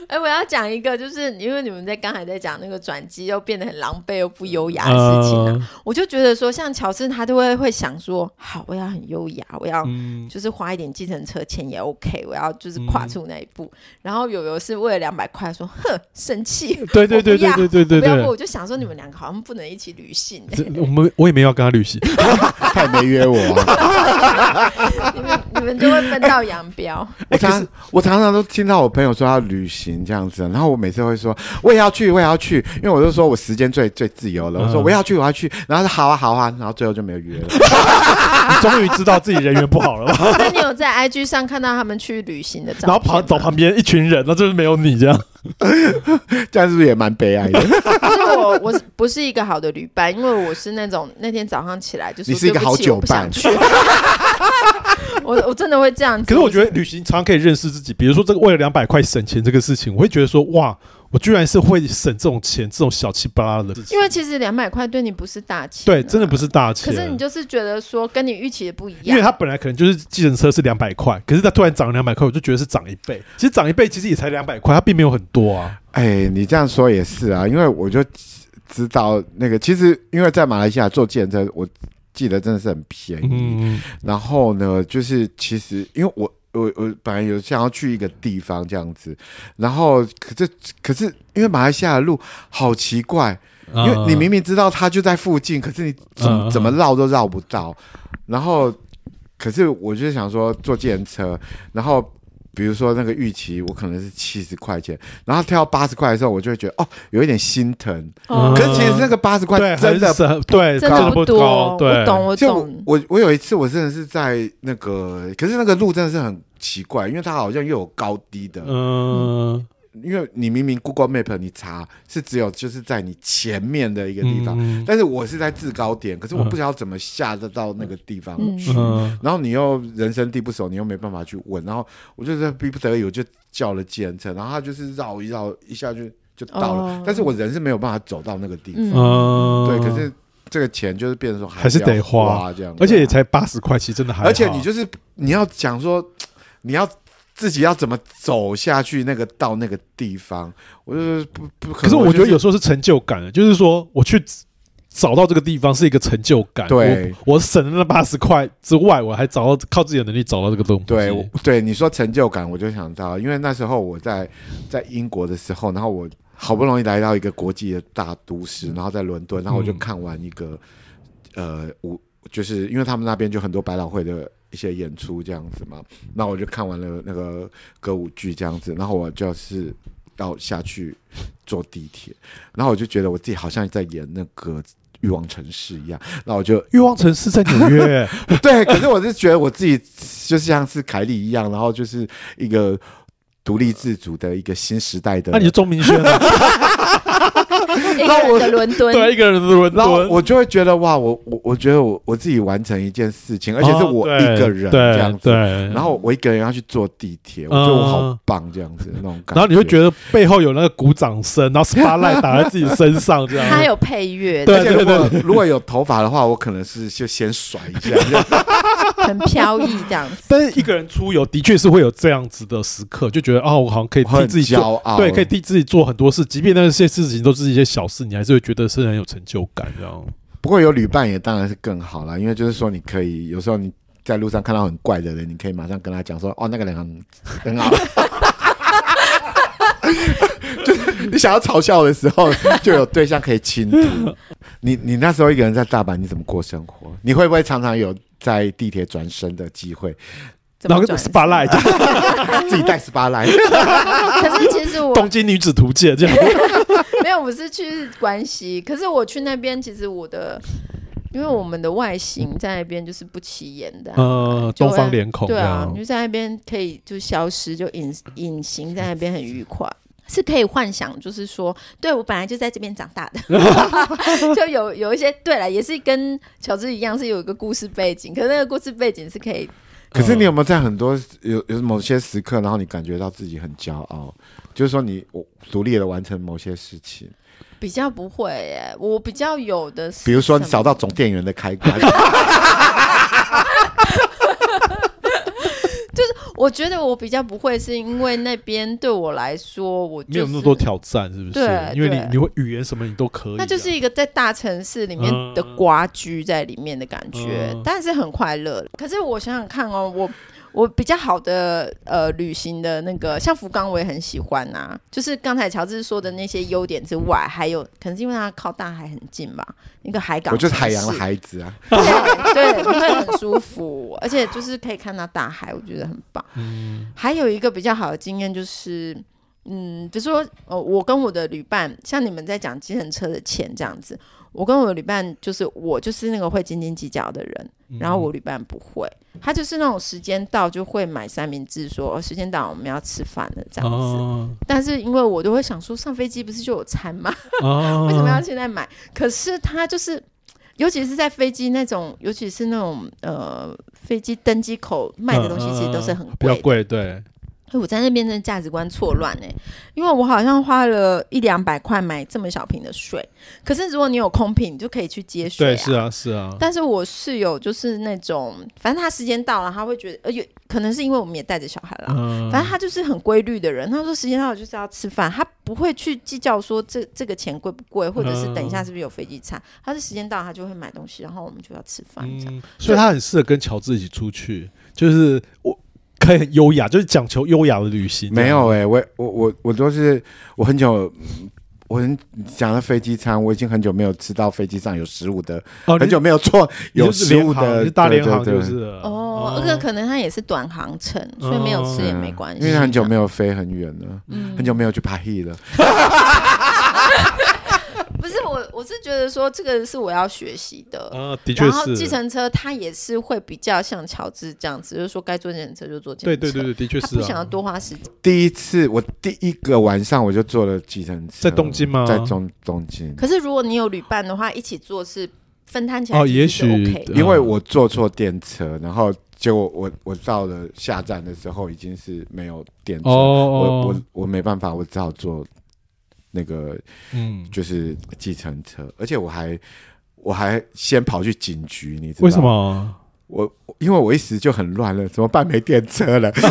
Speaker 1: 哎，我要讲一个，就是因为你们在刚才在讲那个转机又变得很狼狈又不优雅的事情啊，
Speaker 2: 嗯
Speaker 1: 我就觉得说，像乔治他都会会想说，好，我要很优雅，我要
Speaker 2: 嗯，
Speaker 1: 就是花一点计程车钱也 OK，我要就是跨出那一步。然后友友是为了两百块说，哼，生气，
Speaker 2: 对对对对对对对
Speaker 1: 不要不，
Speaker 2: 对。
Speaker 1: 我就想说你们两个好像不能一起旅 行、
Speaker 2: 这我们我也没有要跟他旅行，
Speaker 3: 他也没约 我、
Speaker 1: 你们你们就会分道扬镳。
Speaker 3: 我
Speaker 2: 哎可
Speaker 3: 常
Speaker 2: 是
Speaker 3: 我常常都听到我朋友说要旅行这样子，然后我每次会说我也要去，我也要去，因为我就说我时间最最自由了。我说
Speaker 2: 嗯
Speaker 3: 我要去，我要去，然后他说好啊好啊，然后最后就没有约了。
Speaker 2: 你终于知道自己人缘不好 了吧？
Speaker 1: 那你有在 IG 上看到他们去旅行的照片
Speaker 2: 然
Speaker 1: 吗？
Speaker 2: 后旁找旁边一群人，那就是没有 你这样。
Speaker 3: 这样是不是也蛮悲哀的？
Speaker 1: 可是我我是不是一个好的旅伴？因为我是那种那天早上起来就说
Speaker 3: 你是一个好
Speaker 1: 对不起
Speaker 3: 酒伴
Speaker 1: 我不想去 我我真的会这样子。
Speaker 2: 可是我觉得旅行常常可以认识自己，比如说这个为了两百块省钱这个事情，我会觉得说哇，我居然是会省这种钱，这种小气巴拉的事情。
Speaker 1: 因为其实两百块对你不是大钱、
Speaker 2: 对，真的不
Speaker 1: 是。
Speaker 2: 是大钱。啊
Speaker 1: 可是你就是觉得说跟你预期的不一
Speaker 2: 因为
Speaker 1: 样。
Speaker 2: 它本来可能就是计程车是两百块，可是它突然涨了两百块，我就觉得是涨一倍。其实涨一倍其实也才两百块，它并没有很多啊。
Speaker 3: 哎，你这样说也是啊，因为我就知道那个，其实因为在马来西亚做健身，我记得真的是很便宜。
Speaker 2: 嗯，
Speaker 3: 然后呢，就是其实因为我我我本来有想要去一个地方这样子，然后可是可是因为马来西亚的路好奇怪，因为你明明知道它就在附近，可是你
Speaker 2: 嗯
Speaker 3: 怎
Speaker 2: 嗯嗯
Speaker 3: 么怎么绕都绕不到。然后可是我就想说坐计程车，然后。比如说那个预期，我可能是七十块钱，然后跳到八十块的时候，我就会觉得哦，有一点心疼。
Speaker 2: 哦
Speaker 3: 可是其实那个八十块
Speaker 2: 对
Speaker 3: 真的
Speaker 2: 很省对
Speaker 1: 真
Speaker 2: 的
Speaker 1: 的不多，
Speaker 2: 高对，
Speaker 1: 我懂，嗯我
Speaker 3: 就我
Speaker 1: 懂，
Speaker 3: 我我有一次，我真的是在那个，可是那个路真的是很奇怪，因为它好像又有高低的，
Speaker 2: 嗯，
Speaker 3: 因为你明明 Google Map 你查是只有就是在你前面的一个地方，
Speaker 2: 嗯，
Speaker 3: 但是我是在制高点，可是我不知道怎么下得到那个地方去。
Speaker 2: 嗯
Speaker 3: 然后你又人生地不熟，你又没办法去问，然后我就是逼不得已，我就叫了计程车，然后他就是绕一绕，一下就就到了，
Speaker 1: 哦
Speaker 3: 但是我人是没有办法走到那个地方，
Speaker 1: 嗯
Speaker 2: 嗯
Speaker 3: 对，可啊是这个钱就是变成说
Speaker 2: 还是得
Speaker 3: 要
Speaker 2: 花
Speaker 3: 花这样子，啊
Speaker 2: 而且也才八十块，其实真的还好，
Speaker 3: 而且你就是你要讲说，你要自己要怎么走下去那个到那个地方，我就是不不
Speaker 2: 可是
Speaker 3: 能
Speaker 2: 我觉
Speaker 3: 就
Speaker 2: 得有时候是成就感的，啊就是说我去找到这个地方是一个成就感。
Speaker 3: 对
Speaker 2: 我，我省了那八十块之外，我还找到靠自己的能力找到这个东西。
Speaker 3: 对我对你说成就感，我就想到，因为那时候我在在英国的时候，然后我好不容易来到一个国际的大都市，然后在伦敦，然后我就
Speaker 2: 嗯
Speaker 3: 看完一个、呃，我就是因为他们那边就很多百老汇的一些演出这样子嘛，那我就看完了那个歌舞剧这样子，然后我就是要下去坐地铁，然后我就觉得我自己好像在演那个。欲望城市一样，那我就
Speaker 2: 欲望城市在纽约，
Speaker 3: 对，可是我是觉得我自己就是像是凯莉一样，然后就是一个独立自主的一个新时代的。
Speaker 2: 那你是钟明轩啊，
Speaker 1: 一个人的伦敦，
Speaker 2: 对，一个人的伦
Speaker 3: 然后
Speaker 2: 敦，
Speaker 3: 我就会觉得哇，我我我觉得我我自己完成一件事情，而且是
Speaker 2: 哦
Speaker 3: 我
Speaker 2: 对
Speaker 3: 一个人这样
Speaker 2: 对，
Speaker 3: 子。
Speaker 2: 对
Speaker 3: 然后我一个人要去坐地铁，我觉得我
Speaker 2: 嗯
Speaker 3: 好棒这样子那种感觉。
Speaker 2: 然后你会觉得背后有那个鼓掌声，然后 spotlight 打在自己身上，这
Speaker 1: 它还
Speaker 2: 样。
Speaker 1: 有配乐，
Speaker 2: 对
Speaker 3: 而且如果如果有头发的话，我可能是就先甩一 下，这样
Speaker 1: 很飘逸这样子。
Speaker 2: 但是一个人出游的确是会有这样子的时刻，就觉得哦，我好像可以替
Speaker 3: 很
Speaker 2: 自己
Speaker 3: 骄
Speaker 2: 做，
Speaker 3: 傲。
Speaker 2: 对，可以替自己做很多事，即便那些事情都是一些小事，你还是会觉得是很有成就感，这样。
Speaker 3: 不过有旅伴也当然是更好啦，因为就是说你可以有时候你在路上看到很怪的人，你可以马上跟他讲说：“哦，那个人很很好。”就是你想要嘲笑的时候，就有对象可以倾吐。你你那时候一个人在大阪，你怎么过生活？你会不会常常有在地铁转身的机会？
Speaker 1: 怎
Speaker 2: 然
Speaker 1: 么
Speaker 2: 后
Speaker 1: 转
Speaker 2: spotlight 就
Speaker 3: 自己带 SPA 来？
Speaker 1: 可是其实我
Speaker 2: 东京女子图鉴这 样。
Speaker 1: 没有，我是去关西，可是我去那边，其实我的，因为我们的外形在那边就是不起眼的啊、
Speaker 2: 呃，
Speaker 1: 就
Speaker 2: 东
Speaker 1: 会
Speaker 2: 方脸
Speaker 3: 嗯
Speaker 2: 孔这
Speaker 1: 对啊
Speaker 2: 样，
Speaker 1: 你，就在那边可以就消失，就隐隐形在那边很愉快。是可以幻想，就是说，对我本来就在这边长大 的， 就有有一些对了，也是跟乔治一样，是有一个故事背景，可是那个故事背景是可以
Speaker 3: 可是你有没有在很多有有某些时刻，然后你感觉到自己很骄傲？就是说你我独立的完成某些事情。
Speaker 1: 比较不会耶、我比较有的是什么，
Speaker 3: 比如说你找到总电源的开 关，
Speaker 1: 我觉得我比较不会，是因为那边对我来说，我、就是、
Speaker 2: 没有那么多挑战，是不是
Speaker 1: 对？
Speaker 2: 因为你
Speaker 1: 对
Speaker 2: 你会语言什么你都可以啊，
Speaker 1: 那就是一个在大城市里面
Speaker 2: 嗯
Speaker 1: 的瓜居在里面的感觉，
Speaker 2: 嗯
Speaker 1: 但是很快乐。可是我想想看哦，我我比较好的呃旅行的那个，像福冈我也很喜欢啊。就是刚才乔治说的那些优点之外，还有可能是因为它靠大海很近吧，一个海港，
Speaker 3: 我就是海洋的，孩子啊。
Speaker 1: 对对，你会很舒服，而且就是可以看到大海，我觉得很棒。
Speaker 2: 嗯
Speaker 1: 还有一个比较好的经验就是，嗯，比如说，呃，我跟我的旅伴，像你们在讲计程车的钱这样子，我跟我的旅伴就是我就是那个会斤斤计较的人，
Speaker 2: 嗯
Speaker 1: 然后我旅伴不会，他就是那种时间到就会买三明治说，哦、时间到我们要吃饭了这样子。
Speaker 2: 哦
Speaker 1: 但是因为我都会想说，上飞机不是就有餐吗？
Speaker 2: 哦
Speaker 1: 为什么要现在买？可是他就是，尤其是在飞机那种，尤其是那种呃飞机登机口卖的东西，其实都是很
Speaker 2: 嗯比
Speaker 1: 贵
Speaker 2: 较
Speaker 1: 的。
Speaker 2: 贵？对，
Speaker 1: 哎我在那边真的价值观错乱哎，因为我好像花了一两百块买这么小瓶的水，可是如果你有空瓶，你就可以去接水、啊。
Speaker 2: 对，是啊，是啊，
Speaker 1: 但是我室友就是那种，反正他时间到了，他会觉得，而且可能是因为我们也带着小孩啦，
Speaker 2: 嗯
Speaker 1: 反正他就是很规律的人。他说时间到了就是要吃饭，他不会去计较说这这个钱贵不贵，或者是等一
Speaker 2: 嗯
Speaker 1: 下是不是有飞机餐。他是时间到了他就会买东西，然后我们就要吃饭这样。
Speaker 2: 嗯，所以他很适合跟乔治一起出去，就是我可以很优雅，就是讲求优雅的旅行。
Speaker 3: 没有哎、我我我我都是我很久，嗯我很讲到飞机餐，我已经很久没有吃到飞机上有食物的，
Speaker 2: 哦，
Speaker 3: 很久没有做
Speaker 2: 你
Speaker 3: 有
Speaker 2: 你是
Speaker 3: 食
Speaker 2: 联
Speaker 3: 物
Speaker 2: 航
Speaker 3: 的
Speaker 2: 你是大
Speaker 3: 对
Speaker 2: 联
Speaker 3: 对
Speaker 2: 航
Speaker 3: 对
Speaker 2: 就是了
Speaker 1: 哦，
Speaker 2: 嗯
Speaker 1: 那个可能他也是短航程，所以没有吃也没关系。
Speaker 3: 嗯
Speaker 1: 啊嗯
Speaker 3: 因为很久没有飞很远了，很久没有去爬 h 了。
Speaker 1: 不是我，我是觉得说这个是我要学习的。
Speaker 2: 呃，的确
Speaker 1: 然后
Speaker 2: 是，
Speaker 1: 计程车它也是会比较像乔治这样子，就是说该坐计程车就坐计程
Speaker 2: 对
Speaker 1: 车，
Speaker 2: 对对对，的确
Speaker 1: 他
Speaker 2: 是
Speaker 1: 不想要
Speaker 2: 啊。
Speaker 1: 多花时间。
Speaker 3: 第一次，我第一个晚上我就坐了计程车，
Speaker 2: 在东京吗
Speaker 3: 在中东京，
Speaker 1: 可是如果你有旅伴的话，一起坐是分摊起来
Speaker 2: 哦，
Speaker 1: 其
Speaker 2: 也
Speaker 1: 实是
Speaker 2: 许
Speaker 1: OK 的。
Speaker 3: 因为我坐错电车，然后结果我我到了下站的时候已经是没有电车，
Speaker 2: 哦
Speaker 3: 我我
Speaker 2: 哦，
Speaker 3: 我没办法，我只好坐那个
Speaker 2: 嗯，
Speaker 3: 就是计程车，而且我还我还先跑去警局，你知道
Speaker 2: 为什？么？
Speaker 3: 我因为我一时就很乱了，怎么办？没电车了，
Speaker 2: 他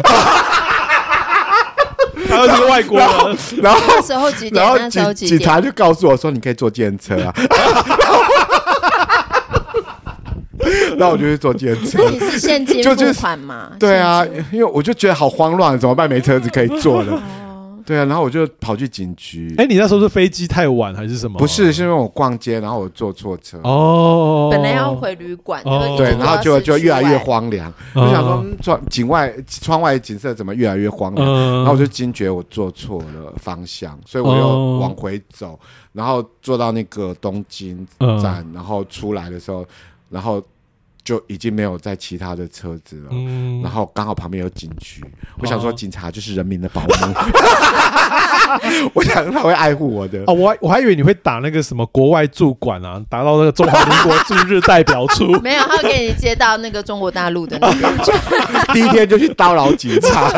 Speaker 2: 又是个外国人，
Speaker 3: 然后
Speaker 1: 那时候几点？
Speaker 3: 然后
Speaker 1: 那时候
Speaker 3: 警
Speaker 1: 几
Speaker 3: 警
Speaker 1: 点？
Speaker 3: 察就告诉我说你可以坐电车啊， 然后我就去坐电车
Speaker 1: 那。你是现金
Speaker 3: 就就是
Speaker 1: 付款 吗？
Speaker 3: 对啊
Speaker 1: 现金，
Speaker 3: 因为我就觉得好慌乱，怎么办？没车子可以坐了。
Speaker 1: 哦，
Speaker 3: 对啊，然后我就跑去警局。
Speaker 2: 哎，你那时候是飞机太晚还是什么？
Speaker 3: 不是，是因为我逛街，然后我坐错车。
Speaker 2: 哦，
Speaker 1: 本来要回旅馆，
Speaker 2: 哦
Speaker 1: 就一直
Speaker 3: 对，
Speaker 1: 坐
Speaker 3: 然后
Speaker 1: 到
Speaker 3: 就就
Speaker 1: 市区
Speaker 3: 越来越
Speaker 1: 外。
Speaker 3: 荒凉。
Speaker 2: 嗯
Speaker 3: 我想说，嗯窗景外窗外景色怎么越来越荒凉？
Speaker 2: 嗯，
Speaker 3: 然后我就惊觉我坐错了方向，所以我
Speaker 2: 哦
Speaker 3: 又往回走，然后坐到那个东京
Speaker 2: 嗯
Speaker 3: 站，然后出来的时候，然后就已经没有在其他的车子了。
Speaker 2: 嗯
Speaker 3: 然后刚好旁边有警局，我想说
Speaker 2: 哦
Speaker 3: 警察就是人民的保姆， 我想他会爱护我的
Speaker 2: 啊，。我还我还以为你会打那个什么国外驻馆啊，打到那个中华民国驻日代表处。
Speaker 1: 没有，他会给你接到那个中国大陆的那边去。
Speaker 3: 第一天就去叨扰警 察，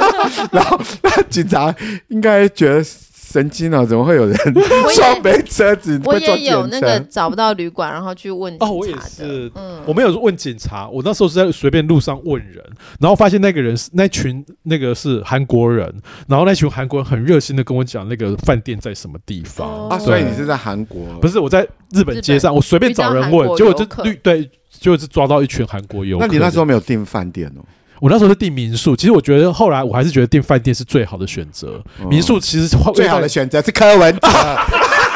Speaker 3: 然后那警察应该觉得神经啊了，怎么会有人
Speaker 1: 我
Speaker 3: 双
Speaker 1: 也
Speaker 3: 没车子
Speaker 1: 我
Speaker 3: 会坐
Speaker 1: 也有
Speaker 3: 检
Speaker 1: 那个
Speaker 3: 车？
Speaker 1: 找不到旅馆，然后去问警察
Speaker 2: 哦，我也
Speaker 1: 的
Speaker 2: 是，
Speaker 1: 嗯，
Speaker 2: 我没有问警察，我那时候是在随便路上问人，然后发现那个人是那群那个是韩国人，然后那群韩国人很热心的跟我讲那个饭店在什么地方。
Speaker 1: 哦
Speaker 3: 啊，所以你是在韩国？
Speaker 2: 不是我在日本街上，我随便找人问，
Speaker 1: 遇到
Speaker 2: 结果
Speaker 1: 韩国游
Speaker 2: 就
Speaker 1: 客
Speaker 2: 绿对，就是抓到一群韩国游客
Speaker 3: 那
Speaker 2: 的。
Speaker 3: 你那时候没有订饭店哦？
Speaker 2: 我那时候是订民宿，其实我觉得后来我还是觉得订饭店是最好的选择。民宿其实会
Speaker 3: 嗯最好的选择是柯文哲，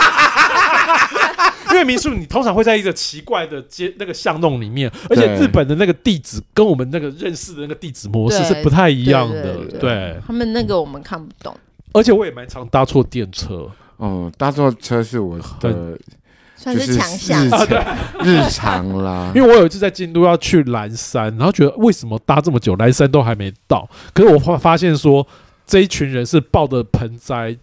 Speaker 2: 因为民宿你通常会在一个奇怪的街那个巷弄里面，而且
Speaker 3: 对
Speaker 2: 日本的那个地址跟我们那个认识的那个地址模式
Speaker 1: 对
Speaker 2: 是不太一样
Speaker 1: 对
Speaker 2: 的
Speaker 1: 对，对
Speaker 2: 对。
Speaker 1: 他们
Speaker 2: 嗯
Speaker 1: 那个我们看不懂，
Speaker 2: 而且我也蛮常搭错电车，
Speaker 3: 哦，搭坐车是我的
Speaker 1: 算
Speaker 3: 就是是
Speaker 1: 强项哦
Speaker 3: 日。常日常啦
Speaker 2: 因。为我有一次在京都要去岚山，然后觉得为什么搭这么久，岚山都还没到。可是我发发现说，这一群人是抱着盆栽，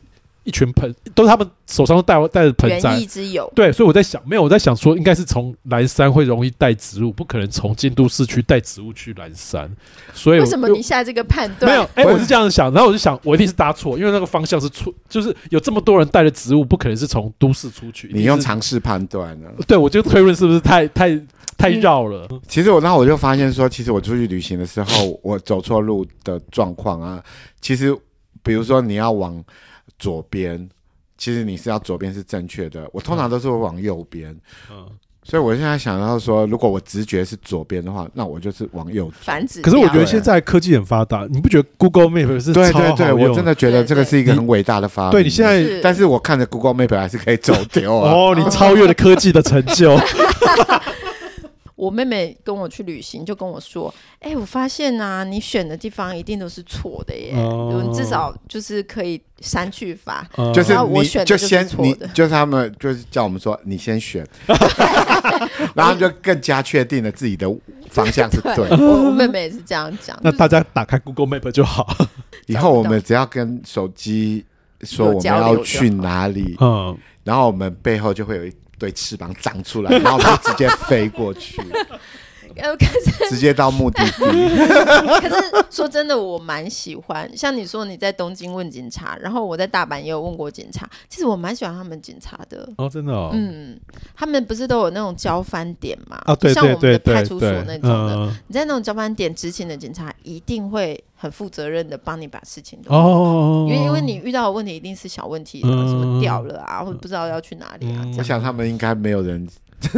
Speaker 2: 一群盆都是他们手上都带带着盆
Speaker 1: 园
Speaker 2: 栽
Speaker 1: 艺。之友，
Speaker 2: 对，所以我在想，没有我在想说，应该是从岚山会容易带植物，不可能从京都市区带植物去岚山。所以我
Speaker 1: 为什么你下这个判断？
Speaker 2: 没有，哎、
Speaker 3: 我
Speaker 2: 我是这样想，然后我就想，我一定是搭错，因为那个方向是错，就是有这么多人带的植物，不可能是从都市出去。
Speaker 3: 你用
Speaker 2: 一定
Speaker 3: 尝试判断啊了。
Speaker 2: 是对，我就推论是不是太太太
Speaker 1: 嗯
Speaker 2: 绕了？
Speaker 3: 其实我，然后我就发现说，其实我出去旅行的时候，我走错路的状况啊，其实比如说你要往左边，其实你是要左边是正确的，我通常都是会往右边，
Speaker 2: 嗯，
Speaker 3: 所以我现在想到说，如果我直觉是左边的话，那我就是往右。
Speaker 1: 繁殖
Speaker 2: 可
Speaker 1: 掉。
Speaker 2: 是我觉得现在科技很发达，你不觉得 Google Map 是
Speaker 3: 对
Speaker 2: 超
Speaker 3: 对对，
Speaker 2: 好用
Speaker 3: 我真的觉得这个是一个很伟大的发明。
Speaker 2: 对你现在
Speaker 1: 是
Speaker 3: 但是我看着 Google Map 还是可以走丢 啊。
Speaker 2: 哦，你超越了科技的成 就。
Speaker 1: 我妹妹跟我去旅行，就跟我说：“哎、我发现啊，你选的地方一定都是错的耶，
Speaker 2: 哦
Speaker 1: 你至少就是可以删去法。
Speaker 2: 嗯
Speaker 3: 就是
Speaker 1: 然后我
Speaker 3: 你
Speaker 1: 选的
Speaker 3: 就
Speaker 1: 就是
Speaker 3: 先
Speaker 1: 错
Speaker 3: 你
Speaker 1: 的
Speaker 3: 就是他们就是叫我们说你先选， 然后就更加确定了自己的方 向是对。
Speaker 1: 我我妹妹也是这样讲，
Speaker 2: 那
Speaker 1: 就是
Speaker 2: 大家打开 Google Map 就好。
Speaker 3: 以后我们只要跟手机说我们要去 哪里，
Speaker 2: 嗯，
Speaker 3: 然后我们背后就会有一对翅膀长出来，然后我们就直接飞过去。
Speaker 1: 呃，可是
Speaker 3: 直接到目的地。
Speaker 1: 可是说真的，我蛮喜欢。像你说你在东京问警察，然后我在大阪也有问过警察，其实我蛮喜欢他们警察的。
Speaker 2: 哦，真的哦，
Speaker 1: 嗯，他们不是都有那种交翻点嘛？
Speaker 2: 啊，对
Speaker 1: 像
Speaker 2: 对
Speaker 1: 我们
Speaker 2: 对
Speaker 1: 的
Speaker 2: 对
Speaker 1: 派出所
Speaker 2: 对
Speaker 1: 那种的，
Speaker 2: 嗯，
Speaker 1: 你在那种交班点执勤的警察一定会很负责任的帮你把事情都
Speaker 2: 哦，哦，
Speaker 1: 因为因为你
Speaker 2: 哦
Speaker 1: 遇到的问题一定是小问题，
Speaker 2: 嗯
Speaker 1: 什么掉了啊，或者不知道要去哪里啊，这
Speaker 2: 嗯
Speaker 3: 我
Speaker 1: 样
Speaker 3: 想他们应该没有人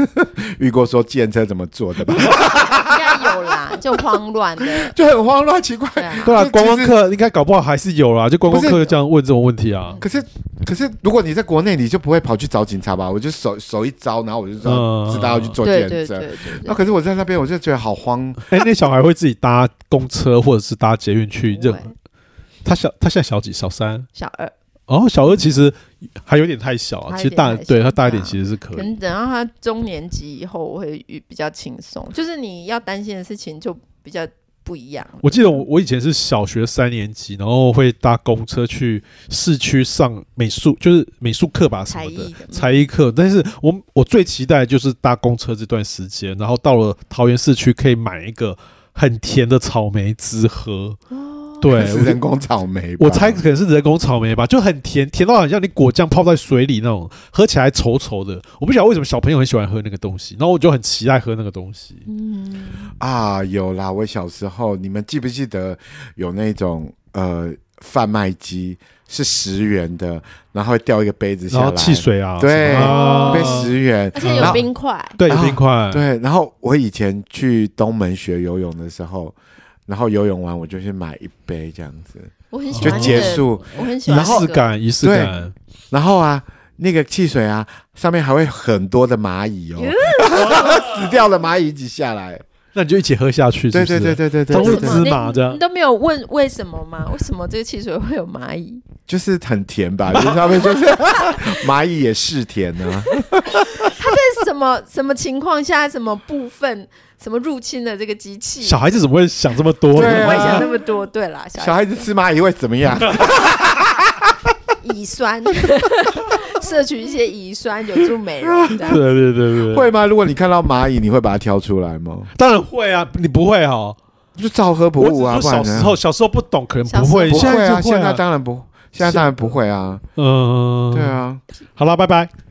Speaker 3: 遇过说计程车怎么做的吧？
Speaker 1: 应该有啦，就慌乱的，
Speaker 3: 就很慌乱，奇怪。
Speaker 1: 对啊，
Speaker 2: 对啊，
Speaker 3: 就
Speaker 2: 观光
Speaker 3: 其实
Speaker 2: 客应该搞不好还是有啦，就观光
Speaker 3: 不
Speaker 2: 客就这样问这种问题啊，
Speaker 3: 可是可是，如果你在国内，你就不会跑去找警察吧？我就手手一招，然后我就知道、
Speaker 2: 嗯
Speaker 3: 知道要去做
Speaker 1: 对
Speaker 3: 检
Speaker 1: 哦对对
Speaker 3: 测。
Speaker 1: 对
Speaker 3: 那、
Speaker 1: 对。
Speaker 3: 可是我在那边，我就觉得好慌。
Speaker 2: 哎，那小孩会自己搭公车或者是搭捷运去
Speaker 1: 不会
Speaker 2: 认？他小他现在小几？小三？
Speaker 1: 小二，
Speaker 2: 哦，小二其实还有点太小啊，
Speaker 1: 还有
Speaker 2: 其实大
Speaker 1: 点太小
Speaker 2: 对他大一点
Speaker 1: 对啊
Speaker 2: 其实是
Speaker 1: 可
Speaker 2: 可以。
Speaker 1: 能等到他中年级以后，我会遇比较轻松，就是你要担心的事情就比较不一样。
Speaker 2: 我记得我我以前是小学三年级，然后会搭公车去市区上美术，就是美术课吧什
Speaker 1: 才
Speaker 2: 么的
Speaker 1: 艺的
Speaker 2: 才艺课。但是我我最期待就是搭公车这段时间，然后到了桃园市区可以买一个很甜的草莓汁喝。
Speaker 1: 哦
Speaker 2: 对，
Speaker 3: 是人工草莓吧，
Speaker 2: 我猜可能是人工草莓吧，就很甜，甜到好像你果酱泡在水里那种，喝起来稠稠的。我不晓得为什么小朋友很喜欢喝那个东西，然后我就很期待喝那个东西。
Speaker 1: 嗯，
Speaker 3: 啊，有啦。我小时候，你们记不记得有那种呃贩卖机是十元的，然后会掉一个杯子下
Speaker 2: 然后
Speaker 3: 来，
Speaker 2: 汽水啊，
Speaker 3: 对
Speaker 2: 什么啊
Speaker 3: 杯十元，
Speaker 1: 而且
Speaker 2: 然
Speaker 1: 有
Speaker 2: 后
Speaker 1: 冰块，
Speaker 2: 对，有冰块，
Speaker 3: 对，然后我以前去东门学游泳的时候，然后游泳完我就去买一杯这样子，
Speaker 1: 我很喜
Speaker 3: 就
Speaker 1: 欢
Speaker 3: 结
Speaker 1: 那个，
Speaker 3: 束。
Speaker 1: 我很喜
Speaker 2: 仪
Speaker 1: 欢
Speaker 2: 式
Speaker 1: 那个。
Speaker 2: 感，仪式感。
Speaker 3: 然后啊，那个汽水啊，上面还会很多的蚂蚁哦， 死掉了蚂蚁一起下来。
Speaker 2: 那你就一起喝下去，是
Speaker 3: 对
Speaker 2: 不是
Speaker 3: 对对对对
Speaker 2: 都是
Speaker 3: 对，
Speaker 1: 为什么
Speaker 2: 芝麻这样
Speaker 1: 你都没有问为什么吗？为什么这个汽水会有蚂蚁？
Speaker 3: 就是很甜吧，就是上面就是 蚂蚁也是甜 啊。
Speaker 1: 在什么什么情况下，什么部分，什么入侵了这个机器？
Speaker 2: 小孩子怎么会想这么多？
Speaker 3: 对
Speaker 1: 不
Speaker 3: 啊
Speaker 1: 会想那么多，对啦，
Speaker 3: 小
Speaker 1: 小孩
Speaker 3: 孩子吃蚂蚁会怎么样？
Speaker 1: 乙酸， 摄取一些乙酸有助美容这样。
Speaker 2: 对对对对，
Speaker 3: 会吗？如果你看到蚂蚁，你会把它挑出来吗？
Speaker 2: 当然会啊，你不会哦。
Speaker 3: 就照喝不
Speaker 2: 我
Speaker 3: 误啊，
Speaker 2: 只
Speaker 3: 不
Speaker 2: 说
Speaker 3: 然
Speaker 2: 小
Speaker 3: 呢
Speaker 2: 时候，小时候不懂，可能不会，
Speaker 1: 小
Speaker 3: 不
Speaker 2: 现
Speaker 3: 会
Speaker 2: 在
Speaker 3: 啊，
Speaker 2: 就会
Speaker 3: 现在
Speaker 2: 啊。
Speaker 3: 当然不，现在当然不会啊，
Speaker 2: 嗯，
Speaker 3: 对。啊。
Speaker 2: 好了，拜拜。